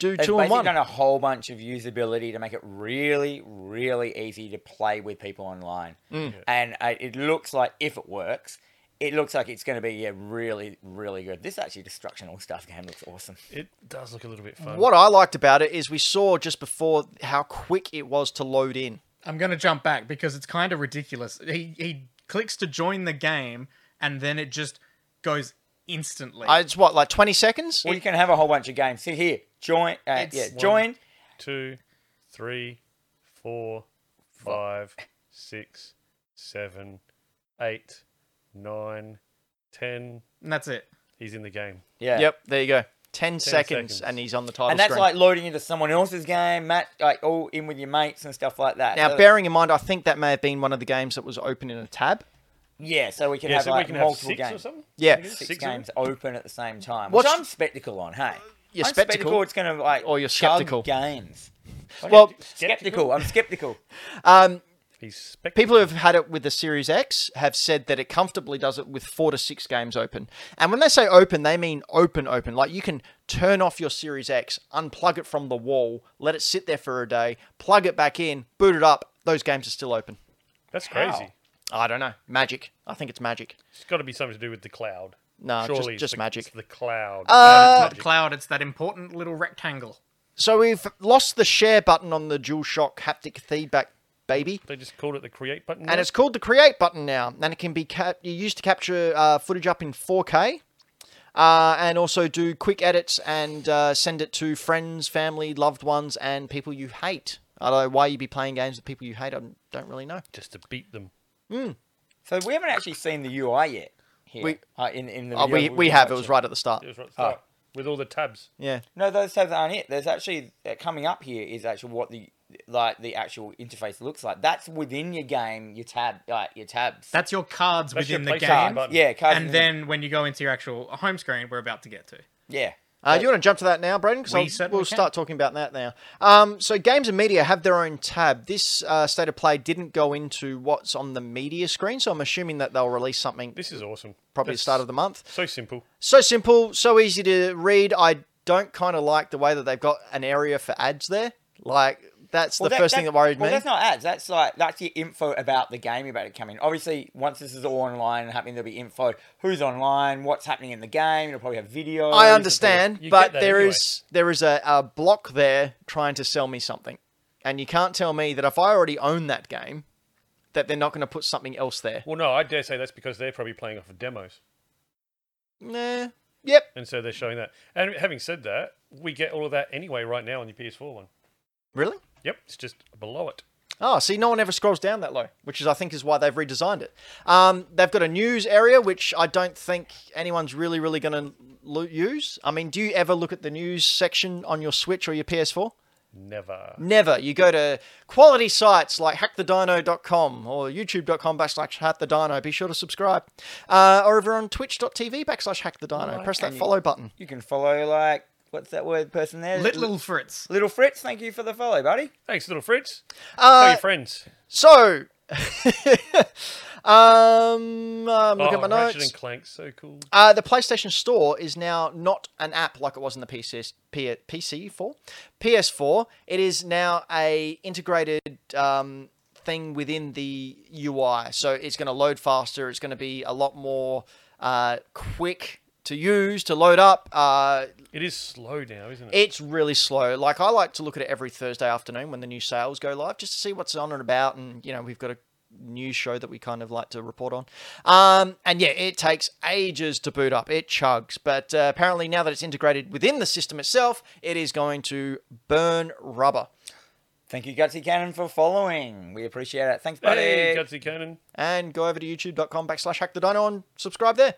Speaker 3: do
Speaker 1: They've
Speaker 3: two and
Speaker 1: basically
Speaker 3: one.
Speaker 1: done a whole bunch of usability to make it really, really easy to play with people online. And uh, it looks like if it works, it looks like it's going to be yeah, really, really good. This actually destruction all stuff game looks awesome.
Speaker 2: It does look a little bit fun.
Speaker 3: What I liked about it is we saw just before how quick it was to load in.
Speaker 4: I'm going to jump back because it's kind of ridiculous. He he clicks to join the game, and then it just goes instantly.
Speaker 3: I, Uh, it's what like twenty seconds.
Speaker 1: Well, you can have a whole bunch of games. See here, join. Uh,
Speaker 4: It's-
Speaker 1: yeah,
Speaker 4: One.
Speaker 1: join.
Speaker 2: two, three, four, five, six, seven, eight, nine, ten.
Speaker 4: and that's it.
Speaker 2: He's in the game.
Speaker 1: Yeah.
Speaker 3: Yep, there you go. Ten, seconds,
Speaker 2: seconds.
Speaker 3: and he's on the title
Speaker 1: And that's
Speaker 3: screen.
Speaker 1: like loading into someone else's game, Matt, like all in with your mates and stuff like that.
Speaker 3: now,
Speaker 1: So-
Speaker 3: bearing in mind, I think that may have been one of the games that was open in a tab.
Speaker 1: yeah, so we can
Speaker 2: Yeah,
Speaker 1: have
Speaker 2: so
Speaker 1: like
Speaker 2: we can have
Speaker 1: multiple
Speaker 2: six
Speaker 1: games.
Speaker 2: or something.
Speaker 3: Yeah.
Speaker 2: I guess.
Speaker 1: six,
Speaker 2: Six of them?
Speaker 1: games open at the same time.
Speaker 3: What's-
Speaker 1: which I'm spectacle on, hey.
Speaker 3: You're
Speaker 1: I'm
Speaker 3: spectacle.
Speaker 1: It's going to like
Speaker 3: Or you're
Speaker 1: chug
Speaker 3: skeptical.
Speaker 1: games.
Speaker 3: Well,
Speaker 1: Skeptical. I'm skeptical.
Speaker 3: um,
Speaker 2: He's spectacle.
Speaker 3: people who have had it with the Series X have said that it comfortably does it with four to six games open. And when they say open, they mean open, open. Like you can turn off your Series X, unplug it from the wall, let it sit there for a day, plug it back in, boot it up. Those games are still open.
Speaker 2: That's crazy.
Speaker 1: How?
Speaker 3: I don't know. Magic. I think it's magic.
Speaker 2: It's got to be something to do with the cloud.
Speaker 3: No, just-
Speaker 2: Surely it's
Speaker 3: just
Speaker 2: the,
Speaker 3: magic.
Speaker 2: It's the cloud.
Speaker 4: It's
Speaker 2: Uh,
Speaker 4: not cloud. It's that important little rectangle.
Speaker 3: So we've lost the share button on the DualShock haptic feedback baby.
Speaker 2: they just called it the create button.
Speaker 3: And it's called the create button now, and it can be cap- used to capture uh, footage up in 4K, uh, and also do quick edits and uh, send it to friends, family, loved ones, and people you hate. I don't know why you'd be playing games with people you hate. I don't really know.
Speaker 2: just to beat them.
Speaker 1: So we haven't actually seen the UI yet. Here,
Speaker 3: We-
Speaker 1: uh, in in the
Speaker 3: Oh,
Speaker 1: video
Speaker 3: we
Speaker 1: we've
Speaker 3: we
Speaker 1: been
Speaker 3: have. It was
Speaker 1: watching.
Speaker 3: right at the start.
Speaker 2: It was right at the
Speaker 3: Ah.
Speaker 2: start, with all the tabs.
Speaker 3: Yeah.
Speaker 1: No, those tabs aren't it. There's actually uh, coming up here is actually what the like the actual interface looks like. That's within your game. Your tab, like your tabs.
Speaker 4: That's your cards
Speaker 2: That's your
Speaker 4: within the
Speaker 2: PlayStation
Speaker 4: game.
Speaker 2: button.
Speaker 1: Yeah, cards
Speaker 4: And
Speaker 1: within-
Speaker 4: then when you go into your actual home screen, we're about to get to.
Speaker 1: yeah.
Speaker 3: Uh, do you want to jump to that now, Braden?
Speaker 4: We
Speaker 3: Because
Speaker 4: certainly
Speaker 3: we'll
Speaker 4: can.
Speaker 3: start talking about that now. Um, so, games and media have their own tab. This uh, state of play didn't go into what's on the media screen, so I'm assuming that they'll release something
Speaker 2: This is awesome.
Speaker 3: probably the
Speaker 2: That's
Speaker 3: start of the month.
Speaker 2: So simple.
Speaker 3: So simple, so easy to read. I don't kind of like the way that they've got an area for ads there. Like that's
Speaker 1: Well,
Speaker 3: the first thing that worried
Speaker 1: well,
Speaker 3: me.
Speaker 1: that's not ads. That's like that's your info about the game you're about to come in. Obviously, once this is all online and happening, there'll be info. Who's online? What's happening in the game? It'll probably have video.
Speaker 3: I understand,
Speaker 2: You get
Speaker 3: but
Speaker 2: that
Speaker 3: there is
Speaker 2: anyway.
Speaker 3: there is a, a block there trying to sell me something, and you can't tell me that if I already own that game, that they're not going to put something else there.
Speaker 2: Well, no, I dare say that's because they're probably playing off of demos,
Speaker 3: Nah. Yep.
Speaker 2: and so they're showing that. And having said that, we get all of that anyway right now on the PS4 one.
Speaker 3: Really?
Speaker 2: Yep, it's just below it.
Speaker 3: Oh, see, no one ever scrolls down that low, which is, I think, is why they've redesigned it. Um, they've got a news area, which I don't think anyone's really, really going to lo- use. I mean, do you ever look at the news section on your Switch or your PS4?
Speaker 2: Never.
Speaker 3: Never. You go to quality sites like hackthedino.com or youtube.com backslash hackthedino. Be sure to subscribe. Uh, or over on twitch.tv backslash hackthedino. Press that
Speaker 1: and you-
Speaker 3: follow button.
Speaker 1: You can follow like what's that word person there?
Speaker 4: Little, little Fritz.
Speaker 1: Little Fritz. Thank you for the follow, buddy.
Speaker 2: Thanks, little Fritz. Tell
Speaker 3: Uh,
Speaker 2: your friends.
Speaker 3: so, (laughs) uh, um, um, look
Speaker 2: oh,
Speaker 3: at my
Speaker 2: Ratchet
Speaker 3: notes.
Speaker 2: and Clank, so cool.
Speaker 3: Uh, the PlayStation Store is now not an app like it was in the PCS, P, PC4, PS4. It is now a integrated um, thing within the UI, so it's going to load faster. It's going to be a lot more uh, quick to use to load up. Uh,
Speaker 2: It is slow now, isn't it?
Speaker 3: it's really slow. Like I like to look at it every Thursday afternoon when the new sales go live, just to see what's on and about. And you know, we've got a news show that we kind of like to report on. Um, and yeah, it takes ages to boot up. It chugs, but uh, apparently now that it's integrated within the system itself, it is going to burn rubber.
Speaker 1: Thank you, Gutsy Cannon, for following. We appreciate it. Thanks, buddy.
Speaker 2: hey, Gutsy Cannon.
Speaker 3: And go over to youtube.com backslash hack the dino and subscribe there.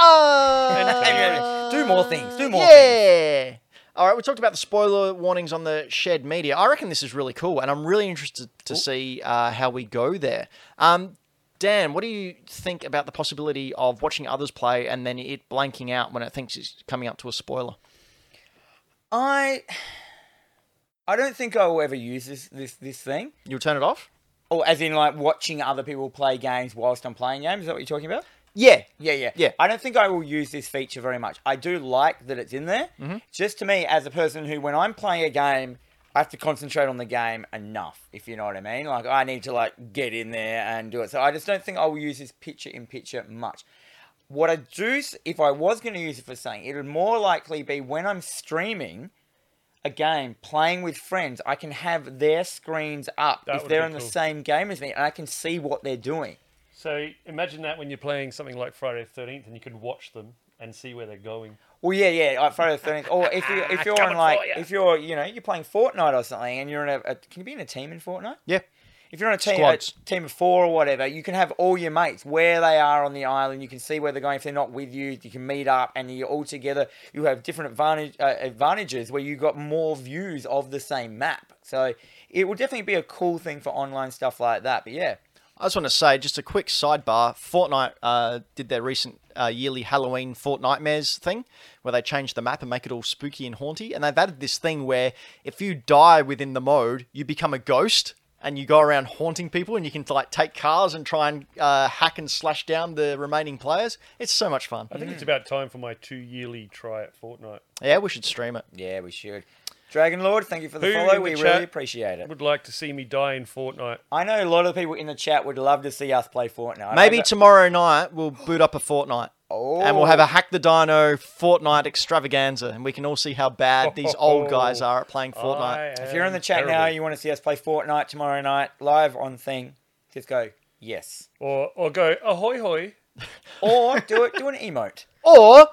Speaker 3: Uh,
Speaker 1: Anyway, do more things. Do more things.
Speaker 3: Yeah. All right, we talked about the spoiler warnings on the shared media. I reckon this is really cool, and I'm really interested to see uh, how we go there. Um, Dan, what do you think about the possibility of watching others play and then it blanking out when it thinks it's coming up to a spoiler?
Speaker 1: I. I don't think I will ever use this this this thing.
Speaker 3: You'll turn it off?
Speaker 1: Or as in like watching other people play games whilst I'm playing games. Is that what you're talking about?
Speaker 3: Yeah.
Speaker 1: Yeah, yeah,
Speaker 3: Yeah.
Speaker 1: I don't think I will use this feature very much. I do like that it's in there. Just to me, as a person who, when I'm playing a game, I have to concentrate on the game enough, if you know what I mean. Like I need to like get in there and do it. So I just don't think I will use this picture in picture much. What I do, s- if I was going to use it for something, it would more likely be when I'm streaming a game, playing with friends. I can have their screens up
Speaker 2: That
Speaker 1: if
Speaker 2: would
Speaker 1: they're
Speaker 2: be
Speaker 1: in the
Speaker 2: cool.
Speaker 1: same game as me, and I can see what they're doing.
Speaker 2: So imagine that when you're playing something like Friday the 13th and you can watch them and see where they're going.
Speaker 1: Well, yeah, yeah, like Friday the Thirteenth, or if you if you're on
Speaker 2: Coming for
Speaker 1: like
Speaker 2: ya.
Speaker 1: if you're you know you're playing Fortnite or something, and you're in a, a can you be in a team in Fortnite?
Speaker 3: Yeah.
Speaker 1: If you're on a team, a
Speaker 3: Squads.
Speaker 1: team of four or whatever, you can have all your mates where they are on the island. You can see where they're going. If they're not with you, you can meet up, and you're all together. You have different advantage, uh, advantages where you got more views of the same map. So it will definitely be a cool thing for online stuff like that. But yeah,
Speaker 3: I just want to say, just a quick sidebar. Fortnite uh, did their recent uh, yearly Halloween Fort Nightmares thing, where they change the map and make it all spooky and haunty. And they've added this thing where if you die within the mode, you become a ghost and you go around haunting people, and you can like take cars and try and uh, hack and slash down the remaining players. It's so much fun.
Speaker 2: I think it's about time for my two yearly try at Fortnite.
Speaker 3: Yeah, we should stream it.
Speaker 1: yeah, we should. Dragon Lord, thank you for the
Speaker 2: Who
Speaker 1: follow.
Speaker 2: in the
Speaker 1: We
Speaker 2: chat
Speaker 1: really appreciate it.
Speaker 2: Would like to see me die in Fortnite.
Speaker 1: I know a lot of people in the chat would love to see us play Fortnite.
Speaker 3: Maybe
Speaker 1: I've-
Speaker 3: tomorrow night we'll boot up a Fortnite.
Speaker 1: Oh.
Speaker 3: And we'll have a Hack the Dino Fortnite extravaganza, and we can all see how bad these old guys are at playing Fortnite.
Speaker 2: I
Speaker 1: If you're in
Speaker 2: am
Speaker 1: the chat now,
Speaker 2: terrible.
Speaker 1: you want to see us play Fortnite tomorrow night live on thing, just go yes,
Speaker 2: or or go ahoy hoy.
Speaker 1: or do it, do an emote.
Speaker 3: Or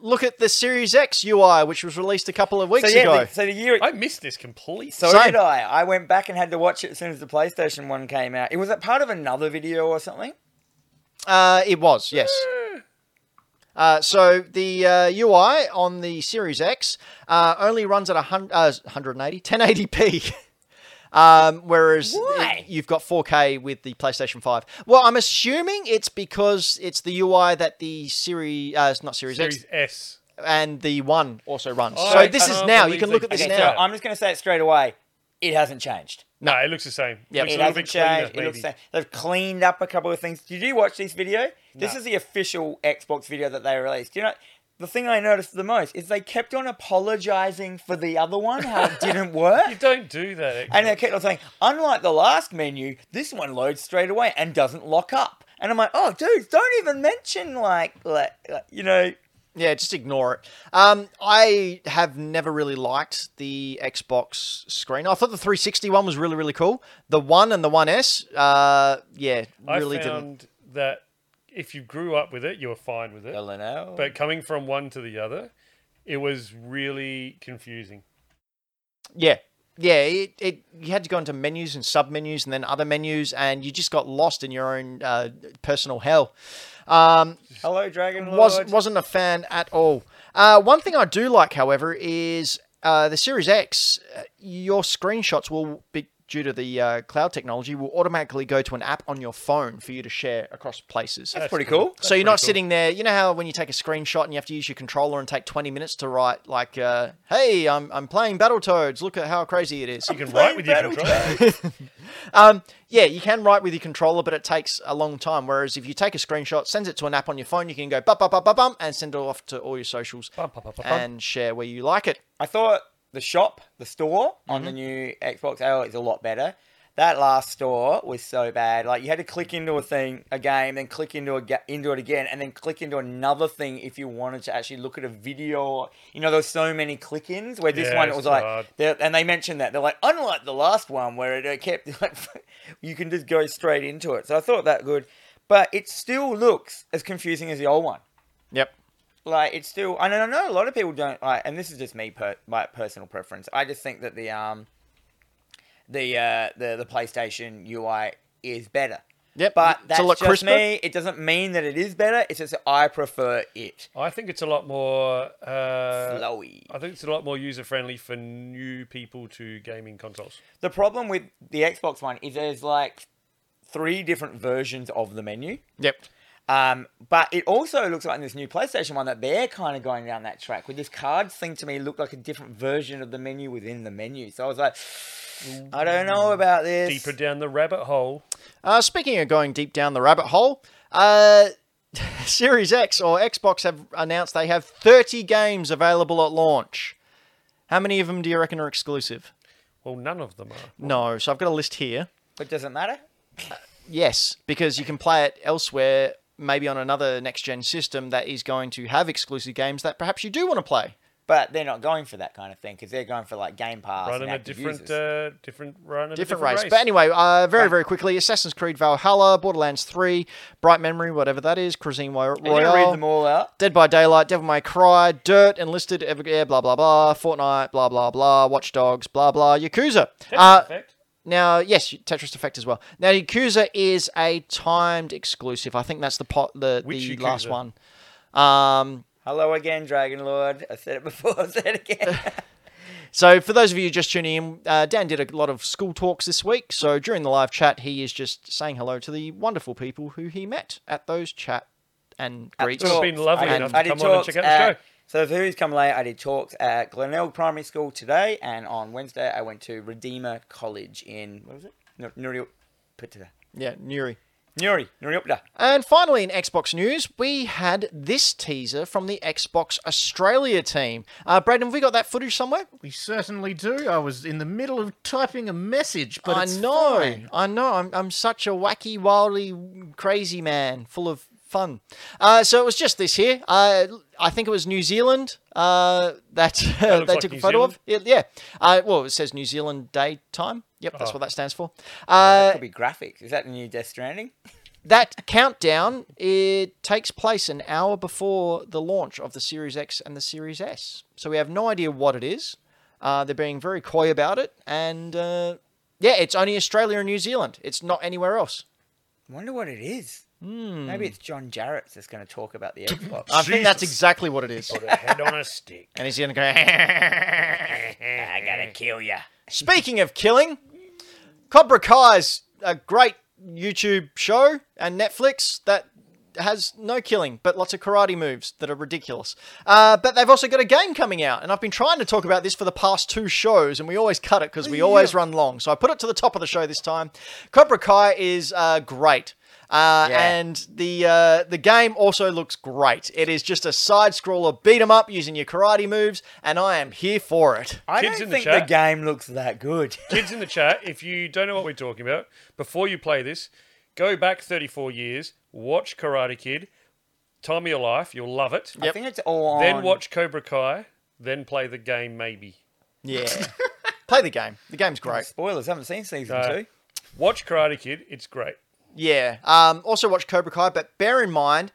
Speaker 3: look at the Series X UI, which was released a couple of
Speaker 1: So
Speaker 3: weeks
Speaker 1: yeah,
Speaker 3: ago.
Speaker 1: the, so the year.
Speaker 2: I missed this completely.
Speaker 1: so
Speaker 3: Same.
Speaker 1: did I. I went back and had to watch it as soon as the PlayStation One came out. It was a part of another video or something.
Speaker 3: Uh, it was, yes.
Speaker 2: Ah.
Speaker 3: Uh, so the uh, UI on the Series X uh, only runs at 100, uh, 180, 1080p. (laughs) Um, whereas
Speaker 1: Why?
Speaker 3: you've got 4K with the PlayStation 5. Well, I'm assuming it's because it's the UI that the Series, uh, it's not Series,
Speaker 2: Series S.
Speaker 3: X, and the One also runs.
Speaker 2: Oh,
Speaker 3: so
Speaker 2: I
Speaker 3: this is
Speaker 2: can't
Speaker 3: now.
Speaker 2: believe
Speaker 3: You can
Speaker 2: they
Speaker 3: look at
Speaker 2: did
Speaker 3: this
Speaker 1: Okay,
Speaker 2: It's
Speaker 1: so
Speaker 3: now.
Speaker 2: that.
Speaker 1: I'm just going to say it straight away. It hasn't changed.
Speaker 2: No, it looks the same.
Speaker 3: Yeah.
Speaker 2: looks
Speaker 1: It
Speaker 2: a little
Speaker 1: hasn't
Speaker 2: bit cleaner,
Speaker 1: changed. It looks
Speaker 2: maybe.
Speaker 1: the same. They've cleaned up a couple of things. Did you watch this video? This is the official Xbox video that they released. You know, the thing I noticed the most is they kept on apologizing for the other one, how it didn't
Speaker 2: You
Speaker 1: work.
Speaker 2: don't do that.
Speaker 1: And they kept on saying, unlike the last menu, this one loads straight away and doesn't lock up. And I'm like, oh, dude, don't even mention, like, like, like, you know,
Speaker 3: Yeah, just ignore it. Um, I have never really liked the Xbox screen. I thought the 360 one was really, really cool. The one and the One S, uh, yeah, really
Speaker 2: I
Speaker 3: didn't.
Speaker 2: found that if you grew up with it, you were fine with it.
Speaker 1: Illinois.
Speaker 2: But coming from one to the other, it was really confusing.
Speaker 3: Yeah, yeah, it, it you had to go into menus and sub menus and then other menus, and you just got lost in your own uh, personal hell. Um,
Speaker 1: Hello, Dragon Lord.
Speaker 3: was wasn't a fan at all. Uh, one thing I do like, however, is uh, the Series X. uh, Your screenshots will be due to the uh, cloud technology will automatically go to an app on your phone for you to share across places.
Speaker 1: That's pretty cool.
Speaker 3: so you're not
Speaker 2: pretty cool.
Speaker 3: sitting there. You know how when you take a screenshot and you have to use your controller and take 20 minutes to write, like, uh, "Hey, I'm I'm playing Battletoads. Look at how crazy it is."
Speaker 2: You can write with your
Speaker 1: Battle
Speaker 2: controller.
Speaker 3: Um, yeah, you can write with your controller, but it takes a long time. Whereas if you take a screenshot, sends it to an app on your phone, you can go bum bum bum bum bum and send it off to all your socials
Speaker 2: Bum, bum, bum, bum, bum.
Speaker 3: and share where you like it.
Speaker 1: I thought the shop, the store on
Speaker 2: Mm-hmm.
Speaker 1: the new Xbox L is a lot better. That last store was so bad. Like you had to click into a thing, a game, then click into a ga- into it again, and then click into another thing if you wanted to actually look at a video. You know, there was so many click-ins where this
Speaker 2: Yeah,
Speaker 1: one it
Speaker 2: it's
Speaker 1: was like,
Speaker 2: hard.
Speaker 1: they're- and they mentioned that they're like, unlike the last one where it uh, kept, (laughs) like, you can just go straight into it. So I thought that good, but it still looks as confusing as the old one
Speaker 3: Yep.
Speaker 1: like it's still and I know a lot of people don't like and this is just me per my personal preference. I just think that the um the uh the, the PlayStation UI is better.
Speaker 3: Yep.
Speaker 1: But
Speaker 3: it's
Speaker 1: that's
Speaker 3: a lot
Speaker 1: just
Speaker 3: crisper.
Speaker 1: me. It doesn't mean that it is better. It's just that I prefer it.
Speaker 2: I think it's a lot more. Uh,
Speaker 1: Slowy.
Speaker 2: I think it's a lot more user friendly for new people to gaming consoles.
Speaker 1: The problem with the Xbox one is there's like three different versions of the menu.
Speaker 3: Yep.
Speaker 1: Um, but it also looks like in this new PlayStation one that they're kind of going down that track with this cards thing to me looked like a different version of the menu within the menu. So I was like, I don't know about this.
Speaker 2: Deeper down the rabbit hole.
Speaker 3: Uh, speaking of going deep down the rabbit hole, uh, (laughs) Series X or Xbox have announced they have 30 games available at launch. How many of them do you reckon are exclusive?
Speaker 2: Well, none of them are.
Speaker 3: No. So I've got a list here.
Speaker 1: But does it matter?
Speaker 3: Yes, because you can play it elsewhere, maybe on another next gen system that is going to have exclusive games that perhaps you do want to play.
Speaker 1: But they're not going for that kind of thing because they're going for like Game Pass.
Speaker 2: Run
Speaker 1: and
Speaker 2: in a
Speaker 1: active
Speaker 2: different,
Speaker 1: users.
Speaker 2: uh, different run. in a
Speaker 3: Different,
Speaker 2: different
Speaker 3: race. But anyway, uh, very,
Speaker 1: Right.
Speaker 3: very quickly Assassin's Creed Valhalla, Borderlands 3, Bright Memory, whatever that is, Cuisine Roy-
Speaker 1: Are you gonna read
Speaker 3: Royale,
Speaker 1: them all out.
Speaker 3: Dead by Daylight, Devil May Cry, Dirt, Enlisted, Ever- yeah, blah, blah, blah, Fortnite, blah, blah, blah, Watch Dogs, blah, blah, Yakuza. Uh,
Speaker 2: Effect.
Speaker 3: now, yes, Tetris Effect as well. Now, Yakuza is a timed exclusive. I think that's the pot, the,
Speaker 2: Which
Speaker 3: the last
Speaker 2: Yakuza?
Speaker 3: one. Um,
Speaker 1: Hello again, Dragon Lord. I said it before. (laughs) I said it again.
Speaker 3: So, for those of you just tuning in, uh, Dan did a lot of school talks this week. So, during the live chat, he is just saying hello to the wonderful people who he met at those chat and greets.
Speaker 2: It's been lovely
Speaker 1: I did-
Speaker 2: enough to
Speaker 1: I did
Speaker 2: come on and
Speaker 1: Um, talks
Speaker 2: check out the
Speaker 1: at-
Speaker 2: show.
Speaker 1: So for who's come late, I did talks at Glenelg Primary School today, and on Wednesday I went to Redeemer College in what was it? Nu- Nuriopita.
Speaker 3: Yeah, Nuri.
Speaker 1: Nuri, Nuriopita.
Speaker 3: And finally, in Xbox news, we had this teaser from the Xbox Australia team. Uh, Braden, have we got that footage somewhere?
Speaker 5: We certainly do. I was in the middle of typing a message, but
Speaker 3: I
Speaker 5: it's
Speaker 3: know,
Speaker 5: fine.
Speaker 3: I know. I'm, I'm such a wacky, wildly crazy man, full of fun. Uh, so it was just this here. Uh, I think it was New Zealand uh, that, (laughs) uh,
Speaker 2: looks
Speaker 3: they
Speaker 2: like
Speaker 3: took a
Speaker 2: New
Speaker 3: photo of. Yeah. yeah. Uh, well, it says New Zealand Daytime. Yep, that's
Speaker 2: Oh.
Speaker 3: what that stands for.
Speaker 1: That
Speaker 3: Uh,
Speaker 1: could be graphic. Is that the new Death Stranding?
Speaker 3: that countdown it takes place an hour before the launch of the Series X and the Series S. So we have no idea what it is. Uh, they're being very coy about it, and uh, yeah, it's only Australia and New Zealand. It's not anywhere else.
Speaker 1: I wonder what it is.
Speaker 2: Hmm.
Speaker 1: Maybe it's John Jarrett's that's going to talk about
Speaker 2: (laughs)
Speaker 1: the Xbox.
Speaker 2: Ah,
Speaker 3: I think that's exactly what it is.
Speaker 2: Put a head on a stick.
Speaker 3: And he's going to go. (laughs)
Speaker 1: Ah, I gotta kill ya.
Speaker 3: Speaking of killing, Cobra Kai's a great YouTube show and Netflix that has no killing, but lots of karate moves that are ridiculous. Uh, but they've also got a game coming out, and I've been trying to talk about this for the past two shows, and we always cut it because we always run long. So I put it to the top of the show this time. Cobra Kai is uh, great. Uh,
Speaker 1: Yeah.
Speaker 3: And the uh, the game also looks great. It is just a side scroller beat 'em up using your karate moves, and I am here for it.
Speaker 1: I
Speaker 2: Kids
Speaker 1: don't
Speaker 2: in the
Speaker 1: think the,
Speaker 2: chat.
Speaker 1: game looks that good. (laughs)
Speaker 2: Kids in the chat, if you don't know what we're talking about, before you play this, go back 34 years, watch Karate Kid, Time of Your Life, you'll love it.
Speaker 1: I think it's all on.
Speaker 2: Then watch Cobra Kai, then play the game maybe.
Speaker 3: Yeah. (laughs) Play the game. The game's great.
Speaker 1: Spoilers. Haven't seen season
Speaker 2: No.
Speaker 1: two.
Speaker 2: Watch Karate Kid, it's great.
Speaker 3: Yeah. Um, also watch Cobra Kai, but bear in mind,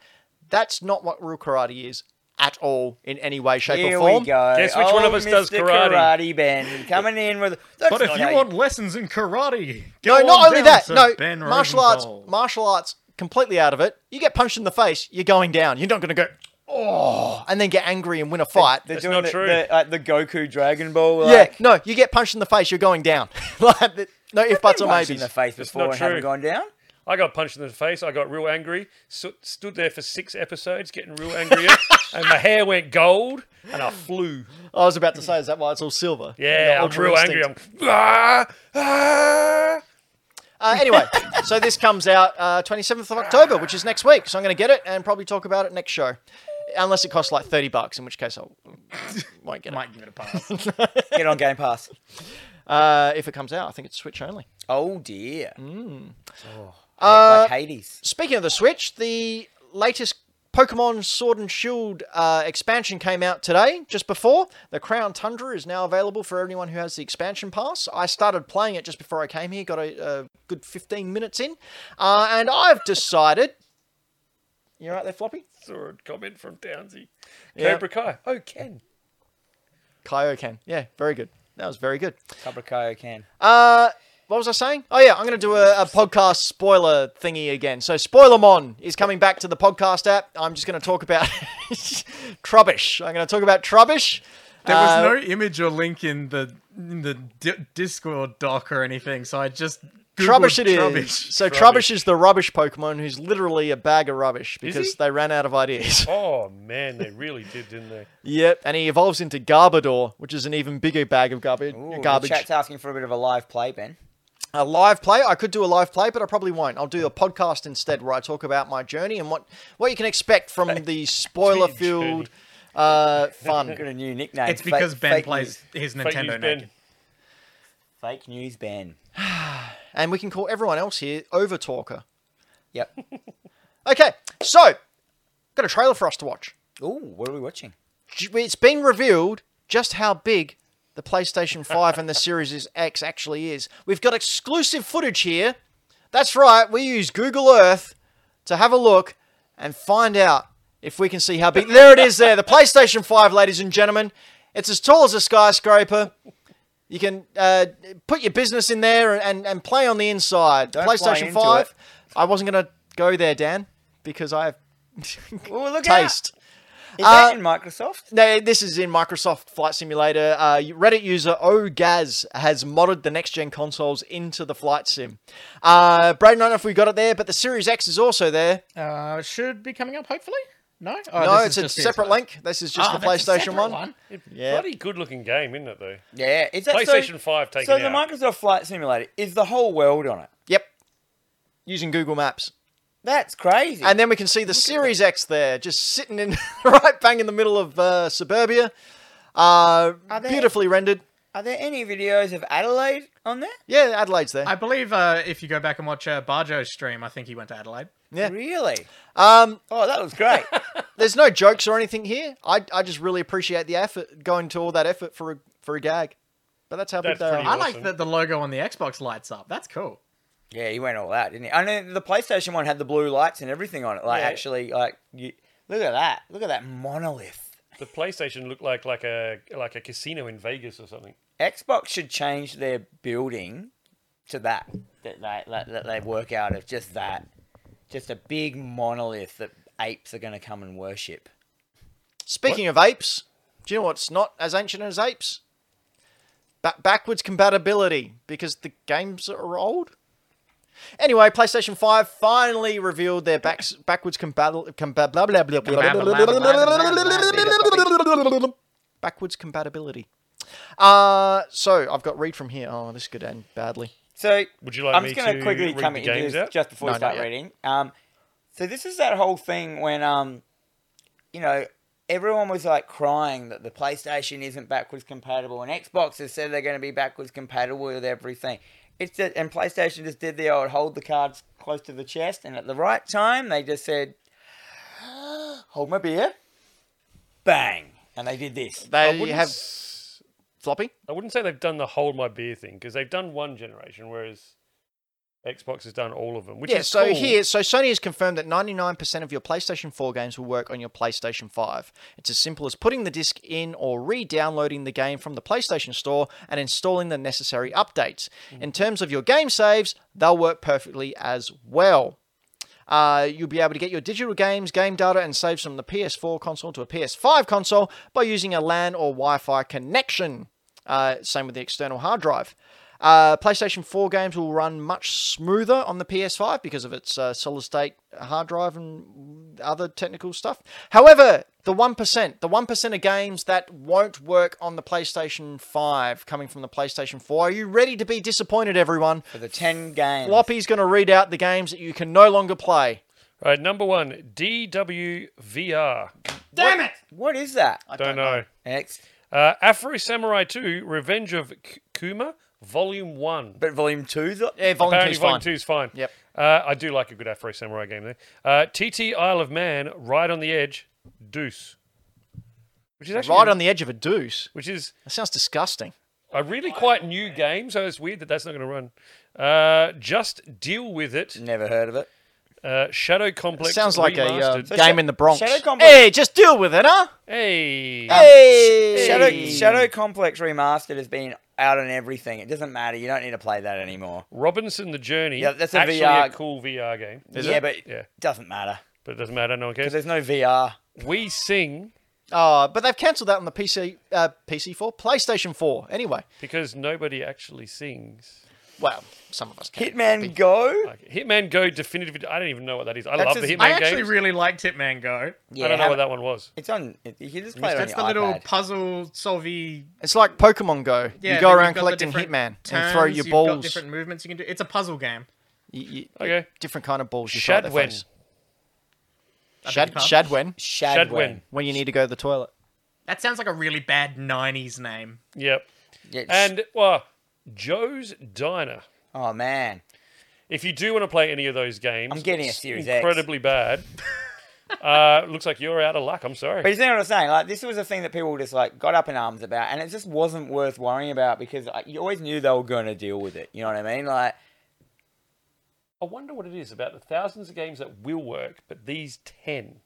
Speaker 3: that's not what real karate is at all in any way, shape,
Speaker 1: Here
Speaker 3: or form.
Speaker 1: we go.
Speaker 2: Guess which
Speaker 1: one
Speaker 2: one of us does karate?
Speaker 1: Ben coming in with. That's
Speaker 5: But
Speaker 1: not
Speaker 5: if
Speaker 1: how
Speaker 5: you want lessons in karate,
Speaker 3: No,
Speaker 5: go
Speaker 3: not
Speaker 5: on
Speaker 3: only
Speaker 5: down
Speaker 3: that,
Speaker 5: to
Speaker 3: no
Speaker 5: Ben
Speaker 3: martial arts
Speaker 5: Rosenthal.
Speaker 3: martial arts completely out of it. You get punched in the face, you're going down. You're not gonna go oh and then get angry and win a fight.
Speaker 1: They're
Speaker 2: That's
Speaker 1: doing
Speaker 2: not
Speaker 1: the,
Speaker 2: true.
Speaker 1: The, like the Goku Dragon Ball. Like,
Speaker 3: yeah, no, you get punched in the face, you're going down. (laughs) like the- no if buts or
Speaker 1: punched in
Speaker 3: maybes.
Speaker 1: the face
Speaker 2: That's
Speaker 1: before
Speaker 2: not
Speaker 1: and haven't
Speaker 2: true.
Speaker 1: gone down.
Speaker 2: I got punched in the face. I got real angry. So, stood there for six episodes, getting real
Speaker 3: (laughs)
Speaker 2: angrier, and my hair went gold, and I flew.
Speaker 3: I was about to say, is that why it's all silver?
Speaker 2: Yeah, I'm
Speaker 3: Ultra
Speaker 2: real
Speaker 3: instinct.
Speaker 2: angry. I'm ah, ah.
Speaker 3: Uh, anyway, so this comes out uh, 27th of October, which is next week. So I'm going to get it and probably talk about it next show. Unless it costs like 30 bucks, in which case I won't get it.
Speaker 4: Might give it a pass.
Speaker 1: Get on Game Pass.
Speaker 3: Uh, if it comes out, I think it's Switch only.
Speaker 1: Oh
Speaker 2: (laughs)
Speaker 1: dear. Mm.
Speaker 3: Uh,
Speaker 1: like Hades.
Speaker 3: Speaking of the Switch, the latest Pokemon Sword and Shield uh, expansion came out today, just before. The Crown Tundra is now available for anyone who has the expansion pass. I started playing it just before I came here, got a, a good 15 minutes in. Uh, and I've decided. You all right there, Floppy?
Speaker 2: Third comment from Downsy.
Speaker 3: Yeah.
Speaker 2: Cobra Kai. Oh, Ken.
Speaker 3: Kyoken. Yeah, very good. That was very good.
Speaker 1: Cobra Kai can.
Speaker 3: Uh, what was I saying? Oh yeah, I'm going to do a, a podcast spoiler thingy again. So Spoilermon is coming back to the podcast app. I'm just going to talk about (laughs) Trubbish. I'm going to talk about Trubbish.
Speaker 4: There was
Speaker 3: Uh,
Speaker 4: no image or link in the in the di- Discord doc or anything, so I just Googled
Speaker 3: Trubbish it is.
Speaker 4: Trubbish.
Speaker 3: So
Speaker 2: Trubbish.
Speaker 3: Trubbish is the rubbish Pokemon who's literally a bag of rubbish because
Speaker 2: he?
Speaker 3: they ran out of ideas. (laughs)
Speaker 2: Oh man, they really did, didn't they?
Speaker 3: yep, and he evolves into Garbodor, which is an even bigger bag of garbage.
Speaker 1: Ooh,
Speaker 3: garbage.
Speaker 1: The chat's asking for a bit of a live play, Ben.
Speaker 3: a live play. I could do a live play, but I probably won't. I'll do a podcast instead, where I talk about my journey and what what you can expect from the spoiler filled uh, fun.
Speaker 1: Got a new nickname.
Speaker 4: It's
Speaker 1: Fake-
Speaker 4: because Ben
Speaker 1: fake
Speaker 4: plays
Speaker 1: news-
Speaker 4: his
Speaker 2: Fake news,
Speaker 4: Nintendo
Speaker 2: Ben.
Speaker 4: naked.
Speaker 1: fake news, Ben.
Speaker 3: and we can call everyone else here over talker.
Speaker 2: (laughs)
Speaker 1: Yep.
Speaker 3: Okay, so got a trailer for us to watch.
Speaker 1: Ooh, what are we watching?
Speaker 3: j- it's been revealed just how big
Speaker 1: (laughs)
Speaker 3: the PlayStation 5 and the Series X actually is. We've got exclusive footage here. That's right, we use Google Earth to have a look and find out if we can see how big. There it is there, the PlayStation 5, ladies and gentlemen. It's as tall as a skyscraper. You can uh, put your business in there and, and play on the inside.
Speaker 1: Don't fly
Speaker 3: PlayStation
Speaker 1: into
Speaker 3: 5,
Speaker 1: it.
Speaker 3: I wasn't going to go there, Dan, because I have
Speaker 1: Well, look at
Speaker 3: (laughs) taste.
Speaker 1: Is that
Speaker 3: Uh,
Speaker 1: in Microsoft?
Speaker 3: No, this is in Microsoft Flight Simulator. Uh, Reddit user OGaz has modded the next gen consoles into the flight sim. Uh, Braden, I don't know if we got it there, but the Series X is also there.
Speaker 4: Uh, should be coming up hopefully. No, oh,
Speaker 3: no, it's
Speaker 4: this is
Speaker 3: a
Speaker 4: just PS5.
Speaker 3: separate link. This is just
Speaker 4: Ah,
Speaker 3: the
Speaker 4: that's a
Speaker 3: PlayStation
Speaker 4: separate
Speaker 3: one.
Speaker 2: It's
Speaker 3: Yeah.
Speaker 2: bloody good looking game, isn't it, though?
Speaker 1: Yeah, is that
Speaker 2: PlayStation
Speaker 1: so,
Speaker 2: 5 taken
Speaker 1: So the
Speaker 2: out.
Speaker 1: Microsoft Flight Simulator is the whole world on it.
Speaker 3: Yep, using Google Maps,
Speaker 1: That's crazy.
Speaker 3: and then we can see the Series X there, just sitting in (laughs) right bang in the middle of uh, suburbia. Uh,
Speaker 1: Are there-
Speaker 3: beautifully rendered.
Speaker 1: Are there any videos of Adelaide on there?
Speaker 3: Yeah, Adelaide's there.
Speaker 4: I believe uh, if you go back and watch uh, Barjo's stream, I think he went to Adelaide.
Speaker 3: Yeah.
Speaker 1: Really?
Speaker 3: Um,
Speaker 1: Oh, that looks
Speaker 3: (laughs)
Speaker 1: great.
Speaker 3: There's no jokes or anything here. I, I just really appreciate the effort going to all that effort for a, for a gag. But that's how
Speaker 2: That's
Speaker 3: big they
Speaker 2: pretty
Speaker 3: are.
Speaker 4: I like
Speaker 2: awesome.
Speaker 4: that the logo on the Xbox lights up. That's cool.
Speaker 1: yeah, he went all out, didn't he? I know the PlayStation one had the blue lights and everything on it. Like
Speaker 2: Yeah.
Speaker 1: actually, like you, look at that. Look at that monolith.
Speaker 2: The PlayStation looked like like a like a casino in Vegas or something.
Speaker 1: Xbox should change their building to that that they that, that they work out of just that, just a big monolith that apes are going to come and worship.
Speaker 3: Speaking of apes, do you know what's not as ancient as apes? Ba- backwards compatibility because the games are old. Anyway, PlayStation 5 finally revealed their backs, backwards compatible. backwards compatibility. Uh, so I've got read from here. Oh, this could end badly.
Speaker 1: So
Speaker 2: Would you like
Speaker 1: I'm
Speaker 2: me
Speaker 1: just gonna
Speaker 2: to
Speaker 1: quickly
Speaker 2: read
Speaker 1: come
Speaker 2: the
Speaker 1: into
Speaker 2: games
Speaker 1: this
Speaker 2: out?
Speaker 1: just before
Speaker 3: No,
Speaker 1: we start
Speaker 3: not yet.
Speaker 1: reading. Um, so this is that whole thing when um, you know, everyone was like crying that the PlayStation isn't backwards compatible, and Xbox has said they're going to be backwards compatible with everything. It's that, and PlayStation just did the old hold the cards close to the chest, and at the right time they just said, (gasps) "Hold my beer," bang, and they did this.
Speaker 2: I
Speaker 3: They
Speaker 2: wouldn't
Speaker 3: have
Speaker 2: s-
Speaker 3: floppy.
Speaker 2: I wouldn't say they've done the hold my beer thing because they've done one generation, whereas Xbox has done all of them. Which
Speaker 3: yeah,
Speaker 2: is
Speaker 3: so
Speaker 2: cool.
Speaker 3: here, so Sony has confirmed that 99% of your PlayStation 4 games will work on your PlayStation 5. It's as simple as putting the disc in or re downloading the game from the PlayStation Store and installing the necessary updates.
Speaker 2: Mm-hmm.
Speaker 3: In terms of your game saves, they'll work perfectly as well. Uh, you'll be able to get your digital games, game data, and saves from the PS4 console to a PS5 console by using a LAN or Wi Fi connection. Uh, same with the external hard drive. Uh, PlayStation 4 games will run much smoother on the PS5 because of its uh, solid state hard drive and other technical stuff. However, the 1%, the 1% of games that won't work on the PlayStation 5 coming from the PlayStation 4, are you ready to be disappointed, everyone?
Speaker 1: For the ten games,
Speaker 3: Floppy's going to read out the games that you can no longer play.
Speaker 2: All right, number one, DWVR.
Speaker 4: Damn it!
Speaker 1: what is that?
Speaker 2: don't know.
Speaker 1: X,
Speaker 2: Uh, Afro Samurai 2, Revenge of K- Kuma, Volume 1.
Speaker 1: but volume two's up.
Speaker 3: Yeah, volume
Speaker 2: Apparently,
Speaker 3: two's
Speaker 2: Volume
Speaker 3: fine.
Speaker 2: 2 is fine.
Speaker 3: Yep.
Speaker 2: Uh, I do like a good Afro Samurai game, though. Uh, TT Isle of Man, Right on the Edge, Deuce. Which is actually.
Speaker 3: Right on the edge of a deuce.
Speaker 2: Which is
Speaker 3: That sounds disgusting.
Speaker 2: a really quite new game, so it's weird that that's not going to run. Uh, just deal with it.
Speaker 1: Never heard of it.
Speaker 2: Uh, Shadow Complex.
Speaker 3: sounds like a uh,
Speaker 2: remastered.
Speaker 1: So
Speaker 3: game
Speaker 1: Sha-
Speaker 3: in the Bronx.
Speaker 1: Shadow Complex-
Speaker 3: Hey, just deal with it,
Speaker 4: Um,
Speaker 3: huh?
Speaker 2: Hey.
Speaker 3: Hey,
Speaker 1: Shadow, Shadow Complex Remastered has been out on everything. It doesn't matter. You don't need to play that anymore.
Speaker 2: Robinson the Journey.
Speaker 1: Yeah, that's a
Speaker 2: actually
Speaker 1: VR
Speaker 2: a cool VR game,
Speaker 1: yeah, but it
Speaker 2: Yeah.
Speaker 1: doesn't matter
Speaker 2: but it doesn't matter. No one
Speaker 1: because
Speaker 2: cares.
Speaker 1: there's no VR.
Speaker 2: We sing
Speaker 3: Oh, but they've cancelled that on the PC, uh, PC4, PlayStation 4. Anyway,
Speaker 2: because nobody actually sings.
Speaker 3: well, some of us can.
Speaker 1: Hitman Go.
Speaker 2: Like, Hitman Go definitive. Ed- I don't even know what that is. I
Speaker 1: That's
Speaker 2: love the
Speaker 1: his-
Speaker 2: Hitman
Speaker 4: I actually
Speaker 2: games.
Speaker 4: really liked Hitman Go.
Speaker 1: Yeah,
Speaker 2: I don't know
Speaker 1: have
Speaker 2: what
Speaker 1: it-
Speaker 2: that one was.
Speaker 1: It's on. It, you just play it on
Speaker 4: That's
Speaker 1: your
Speaker 4: the little
Speaker 1: iPad.
Speaker 4: puzzle solvy.
Speaker 3: It's like Pokemon Go.
Speaker 4: Yeah,
Speaker 3: you go
Speaker 4: but
Speaker 3: around
Speaker 4: you've got the
Speaker 3: collecting
Speaker 4: different
Speaker 3: Hitman
Speaker 4: Turns,
Speaker 3: and throw your
Speaker 4: you've Got
Speaker 3: balls.
Speaker 4: different movements you can do. It's a puzzle game.
Speaker 3: you- you-
Speaker 2: Okay.
Speaker 3: different kind of balls you throw at their
Speaker 2: Shadwen.
Speaker 3: face. Shad,
Speaker 4: your pardon?
Speaker 3: Shadwen,
Speaker 1: Shadwen.
Speaker 2: Shadwen.
Speaker 3: when you need to go to the toilet.
Speaker 4: That sounds like a really bad '90s name.
Speaker 2: Yep.
Speaker 1: Yeah, it's-
Speaker 2: And well, Joe's Diner.
Speaker 1: oh man,
Speaker 2: If you do want to play any of those games,
Speaker 1: I'm getting a
Speaker 2: it's
Speaker 1: Series X. (laughs)
Speaker 2: incredibly bad. Uh, looks like you're out of luck. I'm sorry.
Speaker 1: But you see what I'm saying? Like this was a thing that people just like got up in arms about, and it just wasn't worth worrying about because like, you always knew they were going to deal with it. You know what I mean? Like
Speaker 2: I wonder what it is about the thousands of games that will work, but these ten.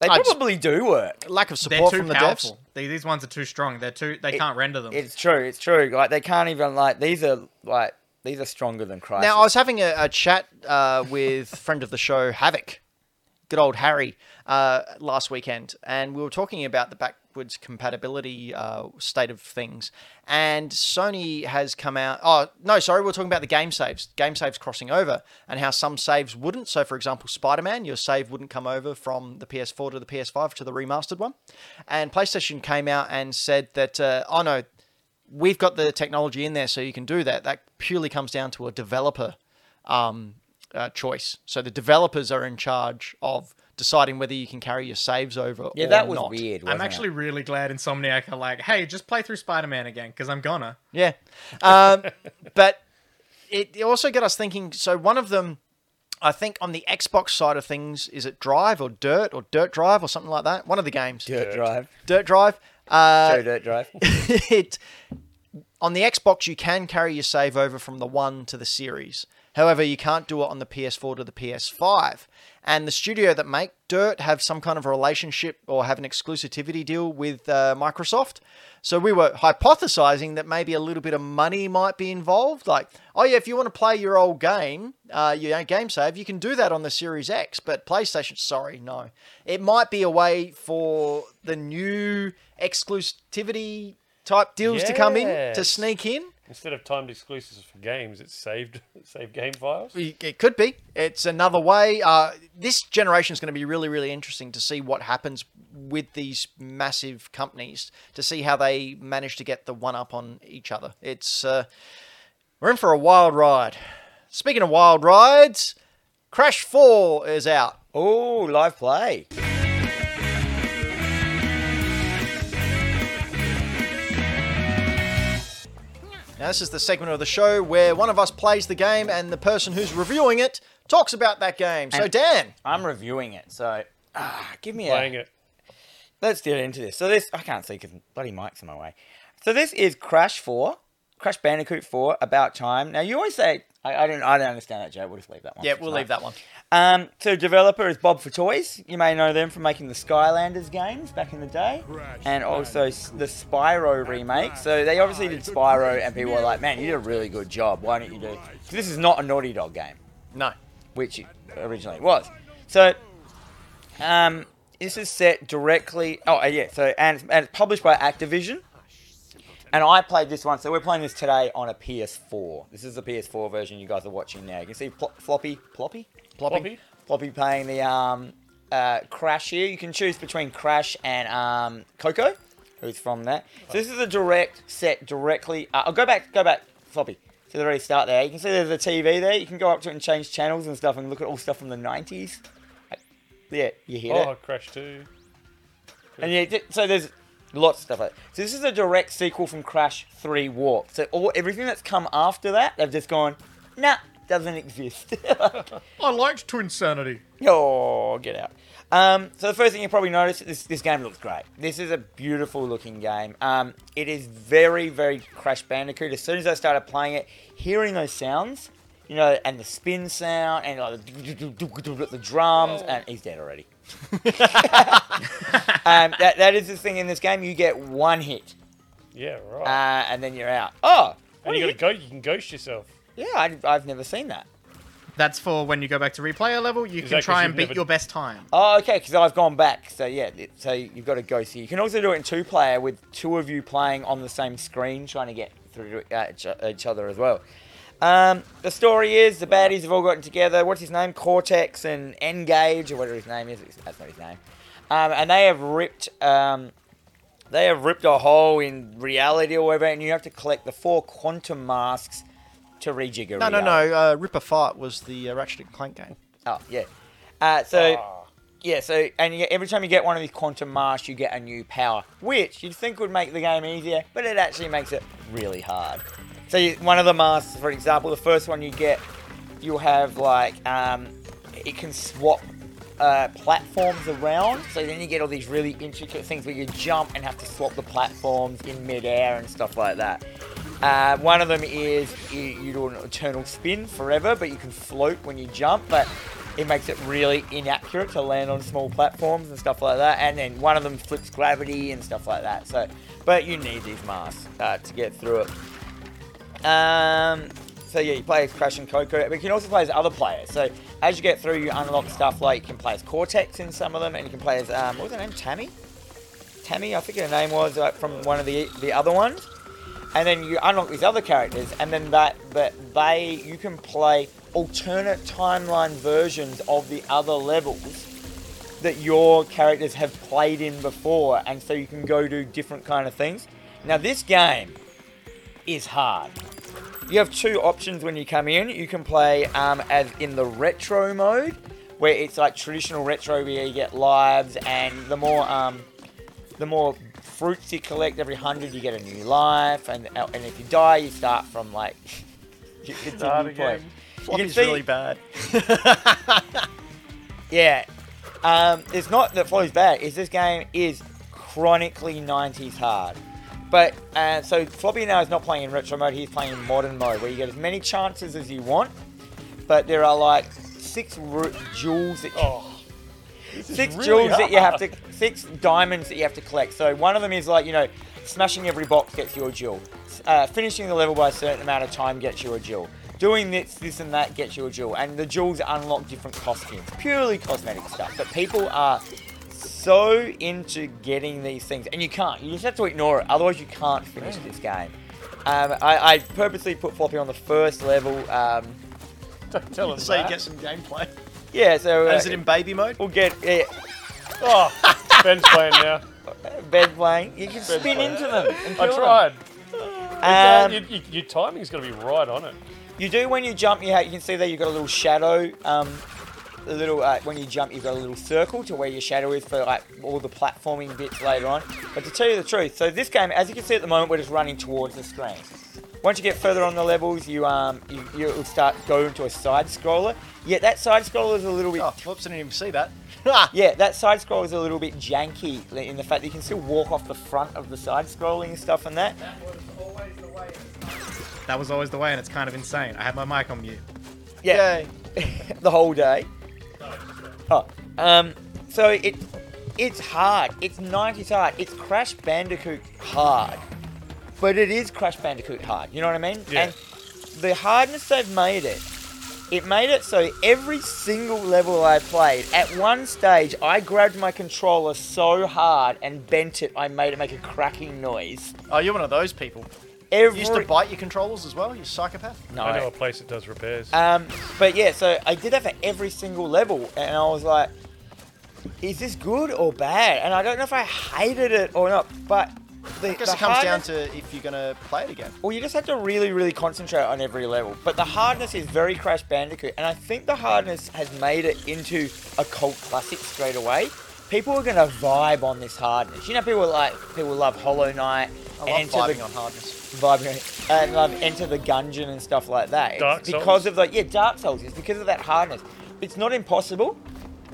Speaker 1: they
Speaker 3: I just-
Speaker 1: probably do work.
Speaker 3: Lack of
Speaker 4: They're
Speaker 3: support
Speaker 4: too
Speaker 3: from the devs.
Speaker 4: powerful. They- These ones are too strong. They're too. They
Speaker 1: It-
Speaker 4: can't render them.
Speaker 1: It's true. It's true. Like they can't even like these are like these are stronger than Christ.
Speaker 3: Now, I was having a, a chat uh, with (laughs) friend of the show, Havoc, good old Harry, uh, last weekend, and we were talking about the backwards compatibility uh, state of things. And Sony has come out. Oh, no, sorry, we were talking about the game saves, game saves crossing over, and how some saves wouldn't. So, for example, Spider Man, your save wouldn't come over from the PS4 to the PS5 to the remastered one. And PlayStation came out and said that, uh, oh, no, we've got the technology in there so you can do that. That purely comes down to a developer um, uh, choice. So the developers are in charge of deciding whether you can carry your saves over.
Speaker 1: yeah,
Speaker 3: or
Speaker 1: that was
Speaker 3: not.
Speaker 1: weird.
Speaker 4: I'm
Speaker 1: wasn't it?
Speaker 4: actually really glad Insomniac are like, hey, just play through Spider-Man again because I'm gonna.
Speaker 3: Yeah, um, (laughs) but it, it also got us thinking. So one of them, I think, on the Xbox side of things, is it Drive or Dirt or Dirt Drive or something like that? One of the games, Dirt,
Speaker 1: dirt drive.
Speaker 3: Drive. Uh, (laughs)
Speaker 1: Show dirt (laughs) drive.
Speaker 3: it on the Xbox you can carry your save over from the 1 to the series. However, you can't do it on the PS4 to the PS5. And the studio that make Dirt have some kind of relationship or have an exclusivity deal with uh, Microsoft. So we were hypothesizing that maybe a little bit of money might be involved. Like, oh yeah, if you want to play your old game, uh, your game save, you can do that on the Series X. But PlayStation, sorry, no. It might be a way for the new exclusivity type deals to come in to
Speaker 2: Yes.
Speaker 3: sneak in.
Speaker 2: Instead of timed exclusives for games, it's saved (laughs) saved game files.
Speaker 3: It could be. It's another way. Uh, this generation is going to be really, really interesting to see what happens with these massive companies to see how they manage to get the one up on each other. It's uh, we're in for a wild ride. Speaking of wild rides, Crash Four is out.
Speaker 1: Oh, live play.
Speaker 3: Now, this is the segment of the show where one of us plays the game and the person who's reviewing it talks about that game. So,
Speaker 1: And-
Speaker 3: Dan,
Speaker 1: I'm reviewing it, so ah, give me
Speaker 2: Playing
Speaker 1: a.
Speaker 2: it.
Speaker 1: Let's get into this. So this I can't see because bloody mic's in my way. So this is Crash Four, Crash Bandicoot Four, About Time. Now you always say I, I don't I don't understand that joke. We'll just leave that one.
Speaker 3: yeah,
Speaker 1: for
Speaker 3: we'll
Speaker 1: tonight.
Speaker 3: leave that one.
Speaker 1: Um, so developer is Bob for Toys. You may know them from making the Skylanders games back in the day, and also s- the Spyro remake. So they obviously did Spyro, and people were like, "Man, you did a really good job. Why don't you do?" 'cause This is not a Naughty Dog game,
Speaker 3: No,
Speaker 1: which it originally was. So, um, this is set directly. Oh, uh, yeah. So and it's, and it's published by Activision. And I played this one, so we're playing this today on a PS4. This is the PS4 version you guys are watching now. You can see Pl- Floppy, Ploppy,
Speaker 2: Floppy.
Speaker 1: Floppy playing the um, uh, Crash here. You can choose between Crash and um, Coco, who's from that. So this is a direct set directly. Uh, I'll go back, go back, Floppy, to the very start there. You can see there's a TV there. You can go up to it and change channels and stuff, and look at all stuff from the 90s. Yeah, you hear that?
Speaker 2: Oh, Crash Two.
Speaker 1: And yeah, th- so there's lots of stuff like that. So this is a direct sequel from Crash 3 Warp. So all everything that's come after that, they've just gone, nah, doesn't exist. (laughs)
Speaker 4: I liked Twin Sanity.
Speaker 1: oh, get out. Um, so the first thing you probably notice, this, this game looks great. This is a beautiful looking game. Um, it is very, very Crash Bandicoot. As soon as I started playing it, hearing those sounds, you know, and the spin sound, and like, the, the
Speaker 2: Oh.
Speaker 1: drums, and he's dead already. (laughs) um, that, that is the thing in this game. You get one hit,
Speaker 2: Yeah, right.
Speaker 1: uh, and then you're out. Oh,
Speaker 2: and you got to go. You can ghost yourself.
Speaker 1: yeah, I, I've never seen that.
Speaker 4: That's for when you go back to replay a level,
Speaker 2: Is
Speaker 4: you can
Speaker 2: that 'cause
Speaker 4: try and
Speaker 2: you've
Speaker 4: beat
Speaker 2: never-
Speaker 4: your best time.
Speaker 1: Oh, okay, because I've gone back. So yeah, it- so you've got to go see. You can also do it in two player with two of you playing on the same screen, trying to get through to uh, each, each other as well. Um, the story is the baddies have all gotten together. What's his name? Cortex and Engage or whatever his name is. That's not his name. Um, and they have ripped. Um, they have ripped a hole in reality or whatever, and you have to collect the four quantum masks to rejigger.
Speaker 3: no, no,
Speaker 1: reality.
Speaker 3: no. Uh, Ripper Fight was the uh, Ratchet and
Speaker 1: (laughs)
Speaker 3: Clank game.
Speaker 1: Oh yeah. Uh, so
Speaker 2: Ah.
Speaker 1: yeah, so and you, every time you get one of these quantum masks, you get a new power, which you'd think would make the game easier, but it actually makes it really hard. So you, one of the masks, for example, the first one you get, you'll have like um, it can swap uh, platforms around. So then you get all these really intricate things where you jump and have to swap the platforms in midair and stuff like that. Uh, one of them is you, you do an eternal spin forever, but you can float when you jump, but it makes it really inaccurate to land on small platforms and stuff like that. And then one of them flips gravity and stuff like that. So, but you need these masks uh, to get through it. Um, so yeah, you play as Crash and Coco, but you can also play as other players. So as you get through, you unlock stuff like you can play as Cortex in some of them, and you can play as um, what was her name, Tammy? Tammy, I think her name was like, from one of the the other ones. And then you unlock these other characters, and then that but they you can play alternate timeline versions of the other levels that your characters have played in before, and so you can go do different kind of things. Now this game is hard. You have two options when you come in. You can play um, as in the retro mode, where it's like traditional retro, where you get lives, and the more um, the more fruits you collect every hundred, you get a new life, and and if you die, you start from like (laughs) you continue playing. You can
Speaker 3: Floppy's
Speaker 1: see- (laughs)
Speaker 3: really bad.
Speaker 1: yeah. Um, it's not that Floppy's bad. It's this game is chronically 90s hard. But uh, so Floppy now is not playing in retro mode. He's playing in modern mode, where you get as many chances as you want. But there are like six ru- jewels that
Speaker 2: Oh,
Speaker 1: six
Speaker 2: really
Speaker 1: jewels that you have
Speaker 2: hard.
Speaker 1: to (laughs) six diamonds that you have to collect. So one of them is like you know, smashing every box gets you a jewel. S- Uh, finishing the level by a certain amount of time gets you a jewel. Doing this, this, and that gets you a jewel. And the jewels unlock different costumes, purely cosmetic stuff. But people are so into getting these things, and you can't. You just have to ignore it. Otherwise, you can't finish this game. Um, I, I purposely put Floppy on the first level. Um,
Speaker 2: don't tell us
Speaker 3: so you
Speaker 2: that.
Speaker 3: get some
Speaker 1: (laughs)
Speaker 3: gameplay.
Speaker 1: yeah, so uh,
Speaker 3: Is it in baby mode?
Speaker 1: we'll get. uh, Yeah,
Speaker 2: Oh, Ben's
Speaker 1: (laughs)
Speaker 2: playing now.
Speaker 1: bed playing. You can spin into
Speaker 3: (laughs)
Speaker 1: them. and
Speaker 2: I
Speaker 1: kill them.
Speaker 2: tried.
Speaker 1: Um,
Speaker 2: your, your, your timing's got to be right on it.
Speaker 1: you do when you jump. You, ha- you can see there you've got a little shadow. Um, a little uh, when you jump, you've got a little circle to where your shadow is for like all the platforming bits later on. But to tell you the truth, so this game, as you can see at the moment, we're just running towards the screen. Once you get further on the levels, you um you you'll start going to a side scroller. Yet that side scroller is a little bit
Speaker 3: Oh, whoops, I didn't even see that.
Speaker 1: (laughs) yeah, that side scroll is a little bit janky li- in the fact that you can still walk off the front of the side scrolling and stuff and that.
Speaker 4: That was always the way, and it's kind of insane. I had my mic on mute.
Speaker 1: Yeah,
Speaker 3: (laughs) Yay.
Speaker 1: (laughs) the whole day. Oh, um, so it it's hard. It's 90s hard. It's Crash Bandicoot hard, but it is Crash Bandicoot hard. You know what I mean?
Speaker 2: Yeah.
Speaker 1: And the hardness they've made it. It made it so every single level I played, at one stage, I grabbed my controller so hard and bent it, I made it make a cracking noise.
Speaker 3: Oh, you're one of those people. You
Speaker 1: Every
Speaker 3: used to bite your controllers as well. You psychopath.
Speaker 1: no,
Speaker 2: I know a place that does repairs.
Speaker 1: Um, but yeah, so I did that for every single level, and I was like, is this good or bad? And I don't know if I hated it or not, but the,
Speaker 3: I guess
Speaker 1: the
Speaker 3: it comes down
Speaker 1: hardness-
Speaker 3: to if you're going to play it again.
Speaker 1: well, you just have to really, really concentrate on every level. But the hardness is very Crash Bandicoot, and I think the hardness has made it into a cult classic straight away. People are going to vibe on this hardness. You know, people like people love Hollow Knight,
Speaker 3: I love
Speaker 1: Enter
Speaker 3: vibing
Speaker 1: the
Speaker 3: on hardness.
Speaker 1: vibing and love Enter the Gungeon and stuff like that. It's
Speaker 2: Dark Souls?
Speaker 1: because of like yeah, Dark Souls. It's because of that hardness. It's not impossible.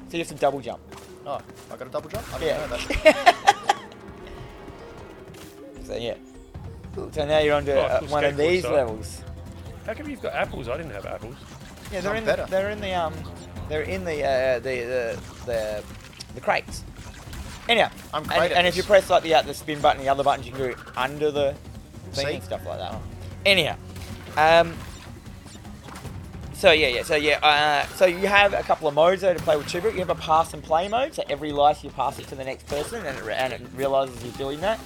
Speaker 1: So you have to double jump.
Speaker 3: Oh, I got a double jump. I didn't
Speaker 1: Yeah.
Speaker 3: know that.
Speaker 1: (laughs) So yeah. So now you're onto
Speaker 2: Oh,
Speaker 1: uh,
Speaker 2: cool
Speaker 1: one of
Speaker 2: skateboard
Speaker 1: these
Speaker 2: style.
Speaker 1: levels.
Speaker 2: How come you've got apples? I didn't have apples.
Speaker 1: Yeah, they're
Speaker 3: Sound
Speaker 1: in the,
Speaker 3: better.
Speaker 1: they're in the um they're in the uh, the, the the the crates. Anyhow,
Speaker 3: I'm
Speaker 1: and-
Speaker 3: great
Speaker 1: and,
Speaker 3: at
Speaker 1: if you
Speaker 3: this.
Speaker 1: press like the uh, the spin button, the other buttons, you can do it under the thing
Speaker 3: See?
Speaker 1: and stuff like that. Anyhow, um, so yeah, yeah, so yeah, uh, so you have a couple of modes though to play with Tuber. You have a pass and play mode, so every life you pass it to the next person, and it, re- and it realizes you're doing that.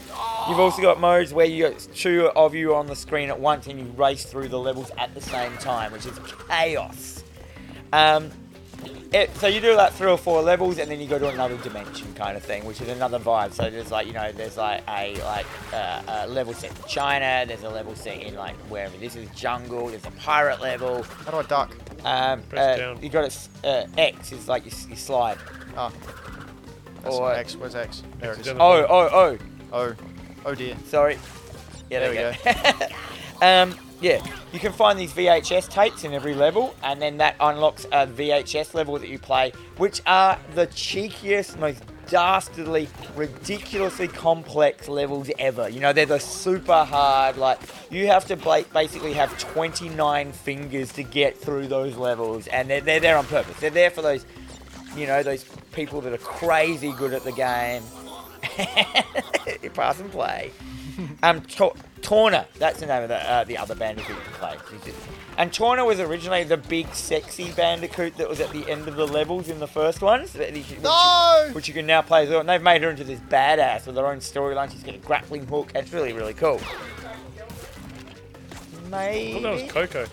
Speaker 1: You've also got modes where you got two of you on the screen at once, and you race through the levels at the same time, which is chaos. Um, it, so you do like three or four levels, and then you go to another dimension kind of thing, which is another vibe. So there's like you know there's like a like uh, a level set in China, there's a level set in like wherever this is jungle, there's a pirate level.
Speaker 3: How do I duck?
Speaker 1: Um,
Speaker 2: Press
Speaker 1: uh,
Speaker 2: down.
Speaker 1: You got a s uh, X is like your, s- your slide.
Speaker 3: Oh, that's
Speaker 1: Or-
Speaker 3: not X. Where's X? There it
Speaker 2: It's
Speaker 3: is.
Speaker 2: down
Speaker 1: Oh oh oh!
Speaker 3: Oh, oh dear.
Speaker 1: Sorry. Yeah,
Speaker 3: There
Speaker 1: we go. (laughs) um, Yeah, you can find these VHS tapes in every level, and then that unlocks a VHS level that you play, which are the cheekiest, most dastardly, ridiculously complex levels ever. You know, they're the super hard, like, you have to ba- basically have 29 fingers to get through those levels, and they're, they're there on purpose. They're there for those, you know, those people that are crazy good at the game. (laughs) Pass and play. Um, Tor- Torna, that's the name of the, uh, the other Bandicoot you play. And Torna was originally the big sexy Bandicoot that was at the end of the levels in the first ones. that you- which-
Speaker 3: No!
Speaker 1: Which you can now play as well. And they've made her into this badass with her own storyline. She's got a grappling hook. It's really, really cool.
Speaker 2: I thought that was
Speaker 1: Maybe.
Speaker 2: Coco.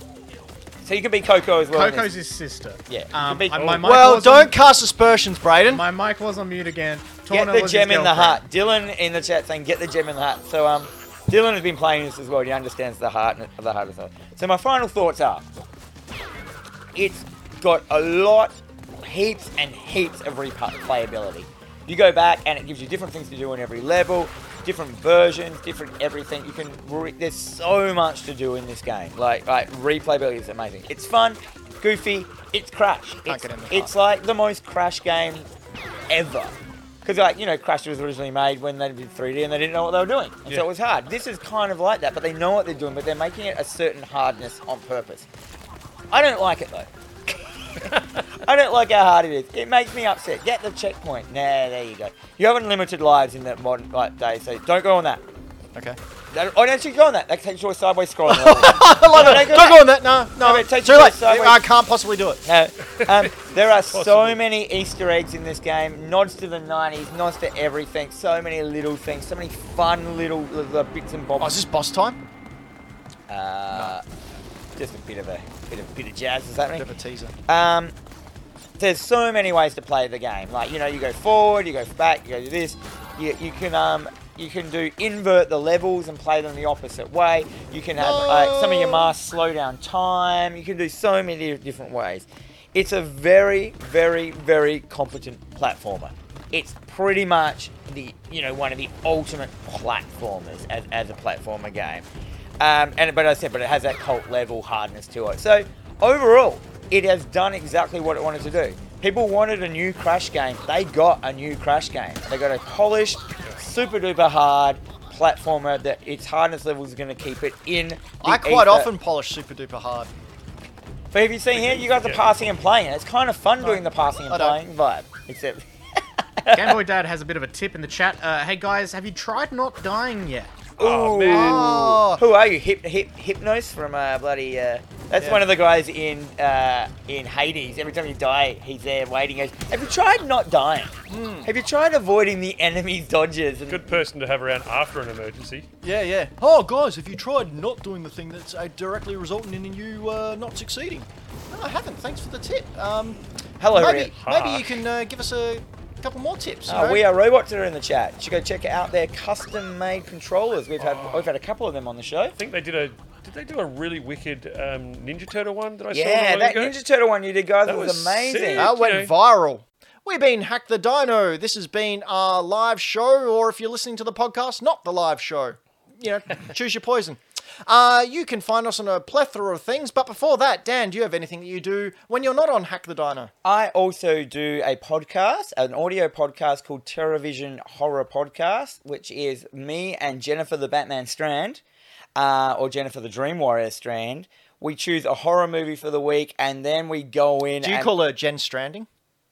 Speaker 1: So you can be Coco as well. in this.
Speaker 4: Coco's his sister.
Speaker 1: Yeah, you
Speaker 4: Um,
Speaker 1: can be-
Speaker 4: I- my mic
Speaker 3: Well,
Speaker 4: was
Speaker 3: don't cast aspersions, Braden.
Speaker 4: On, my mic was on mute again.
Speaker 1: Get
Speaker 4: Torna
Speaker 1: the
Speaker 4: was his
Speaker 1: gem in the
Speaker 4: girlfriend.
Speaker 1: heart. Dylan in the chat saying, "Get the gem in the heart." So um, Dylan has been playing this as well. He understands the heart and the heart of it. So my final thoughts are, it's got a lot, heaps and heaps of replayability. You go back and it gives you different things to do in every level, different versions, different everything. You can re- there's so much to do in this game. Like like replayability is amazing. It's fun, goofy. It's Crash. It's,
Speaker 3: get in the
Speaker 1: it's like the most Crash game ever. Because, like, you know, Crash was originally made when they did 3D and they didn't know what they were doing. And so
Speaker 2: Yeah.
Speaker 1: it was hard. This is kind of like that, but they know what they're doing, but they're making it a certain hardness on purpose. I don't like it, though. (laughs) I don't like how hard it is. It makes me upset. Get the checkpoint. Nah, there you go. You have unlimited lives in that modern like, day, so don't go on that.
Speaker 3: Okay.
Speaker 1: That, oh, don't you go on that. That takes you to a sideways scrolling level.
Speaker 3: (laughs) I love
Speaker 1: No,
Speaker 3: it.
Speaker 1: go
Speaker 3: Don't go on that. No,
Speaker 1: No,
Speaker 3: no.
Speaker 1: but it takes
Speaker 3: Too
Speaker 1: you
Speaker 3: late.
Speaker 1: sideways.
Speaker 3: I can't possibly do it.
Speaker 1: No, um, there are so
Speaker 2: Possible.
Speaker 1: many Easter eggs in this game. Nods to the 90s, nods to everything. So many little things, so many fun little, little bits and
Speaker 3: Oh, is
Speaker 1: bobs.
Speaker 3: this boss time?
Speaker 1: uh, just a bit of a bit of bit of jazz is that
Speaker 3: Bit
Speaker 1: right?
Speaker 3: of a teaser.
Speaker 1: Um, there's so many ways to play the game. Like you know, you go forward, you go back, you go to this. You, you can um, you can do invert the levels and play them the opposite way. You can have uh, some of your masks slow down time. You can do so many different ways. It's a very, very, very competent platformer. It's pretty much the you know one of the ultimate platformers as, as a platformer game. Um, and but I said, but it has that cult level hardness to it. So overall, it has done exactly what it wanted to do. People wanted a new Crash game. They got a new Crash game. They got a polished, super duper hard platformer that its hardness level is going to keep it in. the
Speaker 3: I quite
Speaker 1: ether.
Speaker 3: often polish super duper hard.
Speaker 1: But have you seen here? You guys are
Speaker 2: Yeah.
Speaker 1: passing and playing. It's kind of fun doing the passing and
Speaker 3: I
Speaker 1: playing
Speaker 3: don't.
Speaker 1: vibe. Except
Speaker 4: Game Boy Dad has a bit of a tip in the chat. Uh, hey guys, have you tried not dying yet?
Speaker 2: Oh, man.
Speaker 3: Oh,
Speaker 1: Who are you? Hyp, hyp, hypnos from uh, bloody. Uh, that's
Speaker 3: Yeah.
Speaker 1: one of the guys in uh, in Hades. Every time you die, he's there waiting. He goes, Have you tried not dying?
Speaker 3: Hmm.
Speaker 1: Have you tried avoiding the enemy's dodges? And
Speaker 2: Good person to have around after an emergency.
Speaker 3: yeah, yeah. Oh, guys, have you tried not doing the thing that's uh, directly resulting in you uh, not succeeding? No, I haven't. Thanks for the tip. Um,
Speaker 1: Hello,
Speaker 3: maybe,
Speaker 1: Rick.
Speaker 3: maybe you can uh, give us a couple more tips. you
Speaker 1: Uh,
Speaker 3: know?
Speaker 1: we are robots that are in the chat. You should go check out their custom-made controllers. We've had we've had a couple of them on the show.
Speaker 2: I think they did a. Did they do a really wicked um, Ninja Turtle one that I saw?
Speaker 1: Yeah,
Speaker 2: not long
Speaker 1: that
Speaker 2: ago?
Speaker 1: Ninja Turtle one you did, guys,
Speaker 2: That
Speaker 1: was,
Speaker 2: was
Speaker 1: amazing.
Speaker 2: sick.
Speaker 3: That Uh, went
Speaker 2: you know.
Speaker 3: viral. We've been Hack the Dino. This has been our live show, or if you're listening to the podcast, not the live show. You know, choose your poison. Uh, you can find us on a plethora of things, but before that, Dan, do you have anything that you do when you're not on Hack the Dino?
Speaker 1: I also do a podcast, an audio podcast called Terrorvision Horror Podcast, which is me and Jennifer the Batman Strand, uh, or Jennifer the Dream Warrior Strand. We choose a horror movie for the week, and then we go in.
Speaker 3: Do you
Speaker 1: and-
Speaker 3: call her Jen Stranding?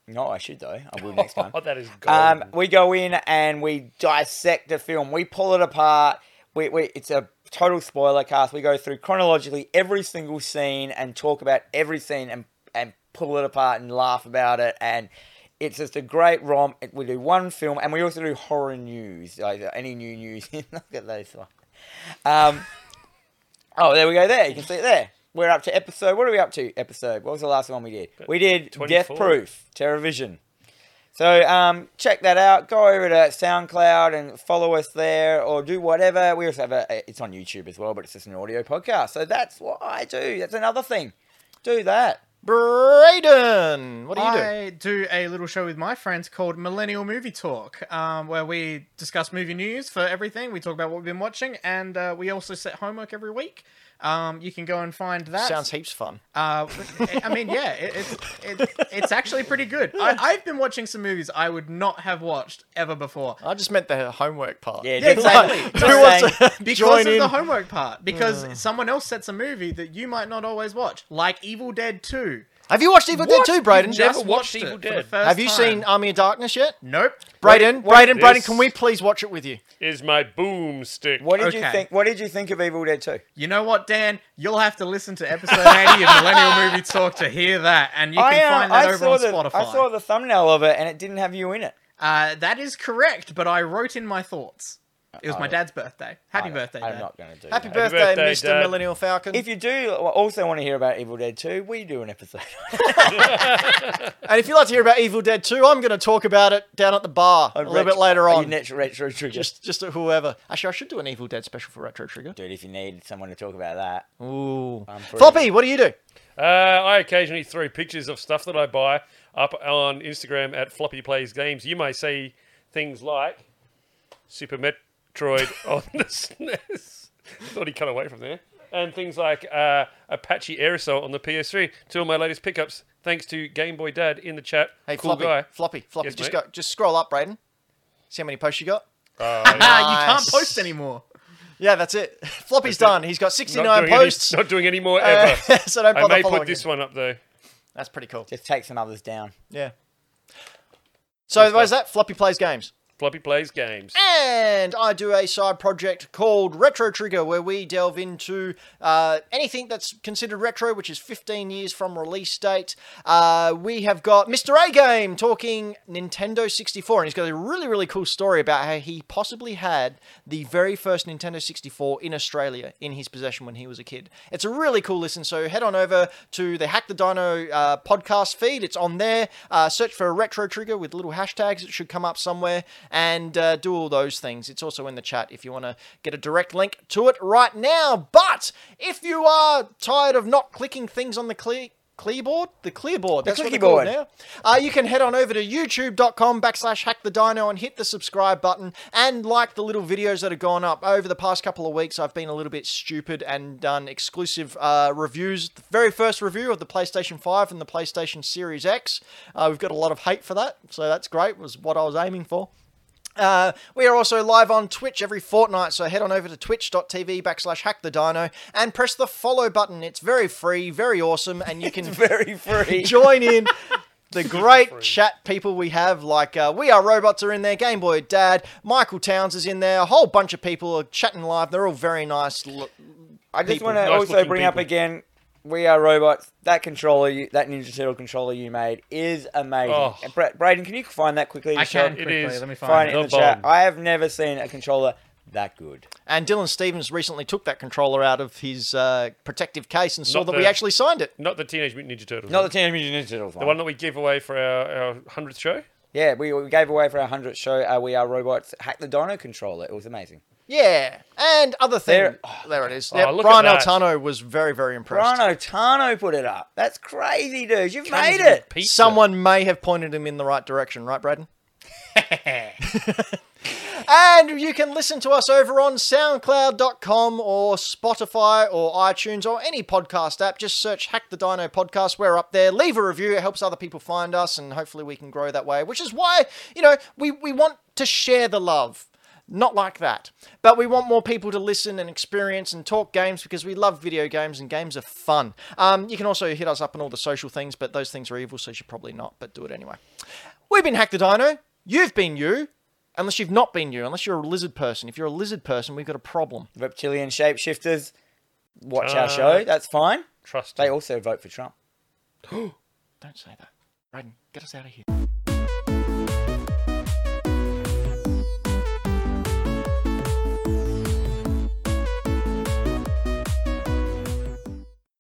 Speaker 1: No, I should though. I will next
Speaker 3: (laughs)
Speaker 1: time.
Speaker 2: Oh, that is gold.
Speaker 1: Um, we go in and we dissect a film. We pull it apart. We, we it's a total spoiler cast. We go through chronologically every single scene and talk about every scene and and pull it apart and laugh about it. And it's just a great romp. We do one film and we also do horror news. Like any new news. (laughs) Look at those. ones. Um, oh, there we go. There you can see it there. We're up to episode. What are we up to? Episode. What was the last one we did? We did
Speaker 2: 24.
Speaker 1: Death Proof, Terrorvision. So um, check that out. Go over to SoundCloud and follow us there, or do whatever. We also have a. It's on YouTube as well, but it's just an audio podcast. So that's what I do. That's another thing. Do that.
Speaker 3: Braden, what do you do?
Speaker 4: I do a little show with my friends called Millennial Movie Talk, um, where we discuss movie news for everything. We talk about what we've been watching, and uh, we also set homework every week. Um, you can go and find that.
Speaker 3: Sounds heaps fun.
Speaker 4: Uh, I mean, yeah, it, it's it, it's actually pretty good. I, I've been watching some movies I would not have watched ever before.
Speaker 3: I just meant the homework part. (laughs)
Speaker 1: Yeah,
Speaker 4: Yeah, exactly.
Speaker 1: Like,
Speaker 3: Who wants
Speaker 1: saying,
Speaker 3: to (laughs) (laughs)
Speaker 4: because
Speaker 3: join
Speaker 4: of
Speaker 3: in?
Speaker 4: the homework part. Because someone else sets a movie that you might not always watch, like Evil Dead Two.
Speaker 3: Have you watched Evil
Speaker 4: What?
Speaker 3: Dead 2, Braden?
Speaker 4: Just
Speaker 2: Never watched
Speaker 4: watched it
Speaker 2: Evil
Speaker 4: for the
Speaker 2: Dead.
Speaker 4: first
Speaker 3: Have you
Speaker 4: time.
Speaker 3: seen Army of Darkness yet?
Speaker 4: Nope.
Speaker 3: Braden, Braden, Braden, can
Speaker 2: this-
Speaker 3: we please watch it with you?
Speaker 2: Is my boomstick.
Speaker 1: what did you
Speaker 4: Okay.
Speaker 1: think? What did you think of Evil Dead Two?
Speaker 4: You know what, Dan? You'll have to listen to episode eighty of Millennial Movie Talk to hear that, and you can
Speaker 1: I, uh,
Speaker 4: find that
Speaker 1: I
Speaker 4: over
Speaker 1: saw
Speaker 4: on
Speaker 1: the
Speaker 4: Spotify.
Speaker 1: I saw the thumbnail of it, and it didn't have you in it.
Speaker 4: Uh, that is correct, but I wrote in my thoughts. It was my dad's birthday. Happy
Speaker 1: I-
Speaker 4: birthday,
Speaker 1: I'm
Speaker 4: Dad.
Speaker 1: not going to do
Speaker 3: Happy
Speaker 1: that.
Speaker 3: birthday,
Speaker 2: birthday,
Speaker 3: Mr.
Speaker 2: Dad.
Speaker 3: Millennial Falcon.
Speaker 1: If you do also want to hear about Evil Dead 2, we do an episode.
Speaker 3: and if you'd like to hear about Evil Dead 2, I'm going to talk about it down at the bar a little bit later on.
Speaker 1: Retro, retro trigger.
Speaker 3: just, just to whoever. Actually, I should do an Evil Dead special for Retro Trigger.
Speaker 1: Dude, if you need someone to talk about that.
Speaker 3: Mm. Ooh,
Speaker 1: pretty-
Speaker 3: Floppy, what do you do?
Speaker 2: Uh, I occasionally throw pictures of stuff that I buy up on Instagram at Floppy Plays Games. You may see things like Super Metroid (laughs) on the SNES. Thought he cut away from there. And things like uh, Apache Aerosol on the PS3. Two of my latest pickups, thanks to Game Boy Dad in the chat.
Speaker 3: Hey,
Speaker 2: cool
Speaker 3: Floppy,
Speaker 2: guy.
Speaker 3: Floppy, Floppy,
Speaker 2: Yes,
Speaker 3: just
Speaker 2: mate. Uh,
Speaker 3: go, just scroll up, Braden. See how many posts you got?
Speaker 4: Ah, you
Speaker 3: (laughs)
Speaker 4: can't
Speaker 3: Nice.
Speaker 4: post anymore.
Speaker 3: Yeah, that's it. (laughs) Floppy's done. He's got 69
Speaker 2: doing any- (laughs)
Speaker 3: posts.
Speaker 2: not doing any more
Speaker 3: Uh, (laughs)
Speaker 2: ever.
Speaker 3: so don't
Speaker 2: I
Speaker 3: bother
Speaker 2: may
Speaker 3: following
Speaker 2: put this
Speaker 3: him.
Speaker 2: one up though.
Speaker 3: That's pretty cool.
Speaker 1: Just take some others down. (laughs)
Speaker 3: Yeah. So there's that. Floppy plays games.
Speaker 2: Floppy Plays Games.
Speaker 3: And I do a side project called Retro Trigger, where we delve into uh, anything that's considered retro, which is 15 years from release date. Uh, we have got Mr. A Game talking Nintendo 64, and he's got a really, really cool story about how he possibly had the very first Nintendo 64 in Australia in his possession when he was a kid. It's a really cool listen, so head on over to the Hack the Dino uh, podcast feed. It's on there. Uh, search for Retro Trigger with little hashtags. It should come up somewhere and uh, do all those things. It's also in the chat if you want to get a direct link to it right now. But if you are tired of not clicking things on the clear. Clearboard? The clearboard. That's what they're
Speaker 1: clicky
Speaker 3: called
Speaker 1: board.
Speaker 3: now. Uh, you can head on over to youtube.com backslash hack the dino and hit the subscribe button and like the little videos that have gone up. Over the past couple of weeks, I've been a little bit stupid and done exclusive uh, reviews. The very first review of the PlayStation 5 and the PlayStation Series X. Uh, we've got a lot of hate for that, so that's great, was what I was aiming for. Uh, we are also live on Twitch every fortnight, so head on over to twitch.tv backslash hack the dino and press the follow button. It's very free, very awesome, and you can
Speaker 1: Very free.
Speaker 2: (laughs)
Speaker 3: join in the great chat people we have like uh, we are robots are in there game boy dad michael towns is in there a whole bunch of people are chatting live they're all very nice Look,
Speaker 1: I just
Speaker 3: people.
Speaker 1: want to
Speaker 2: Nice
Speaker 1: also
Speaker 2: looking
Speaker 1: bring up
Speaker 2: people.
Speaker 1: again We Are Robots. That controller, you, that Ninja Turtle controller you made is amazing.
Speaker 2: Oh.
Speaker 1: And Bra- Braden, can you find that quickly?
Speaker 4: I
Speaker 1: yourself?
Speaker 4: can
Speaker 2: It
Speaker 4: quickly.
Speaker 2: is
Speaker 4: Let me find,
Speaker 1: Find
Speaker 4: it.
Speaker 1: it in
Speaker 2: The
Speaker 1: the chat.
Speaker 2: bomb.
Speaker 1: I have never seen a controller that good.
Speaker 3: and dylan stevens recently took that controller out of his uh, protective case and saw
Speaker 2: Not
Speaker 3: that
Speaker 2: the-
Speaker 3: we actually signed it
Speaker 2: Not the Teenage Mutant Ninja Turtles.
Speaker 1: Not
Speaker 2: one.
Speaker 1: the Teenage Mutant Ninja Turtles
Speaker 2: the one that we give away for our, our 100th show.
Speaker 1: Yeah, we, we gave away for our 100th show uh, We Are Robots Hack the Dino controller. It was amazing.
Speaker 3: yeah and other thing there,
Speaker 1: There-
Speaker 3: it is
Speaker 2: Oh,
Speaker 3: yep,
Speaker 2: look at
Speaker 3: brian
Speaker 2: that.
Speaker 3: altano was very very impressed
Speaker 1: Rhino Tano put it up. That's crazy, dude. You've made it.
Speaker 2: Pizza.
Speaker 3: Someone may have pointed him in the right direction, right, Braden? and you can listen to us over on SoundCloud.com or Spotify or iTunes or any podcast app. Just search Hack the Dino Podcast. We're up there. Leave a review. It helps other people find us, and hopefully we can grow that way. Which is why you know we we want to share the love. Not like that. But we want more people to listen and experience and talk games because we love video games and games are fun. Um, you can also hit us up on all the social things, but those things are evil, so you should probably not, but do it anyway. We've been Hack the Dino. You've been you. Unless you've not been you, unless you're a lizard person. If you're a lizard person, we've got a problem.
Speaker 1: Reptilian shapeshifters watch our show. That's fine.
Speaker 2: Trust
Speaker 1: They
Speaker 2: him.
Speaker 1: also vote for Trump.
Speaker 3: Don't say that. Raiden, get us out of here.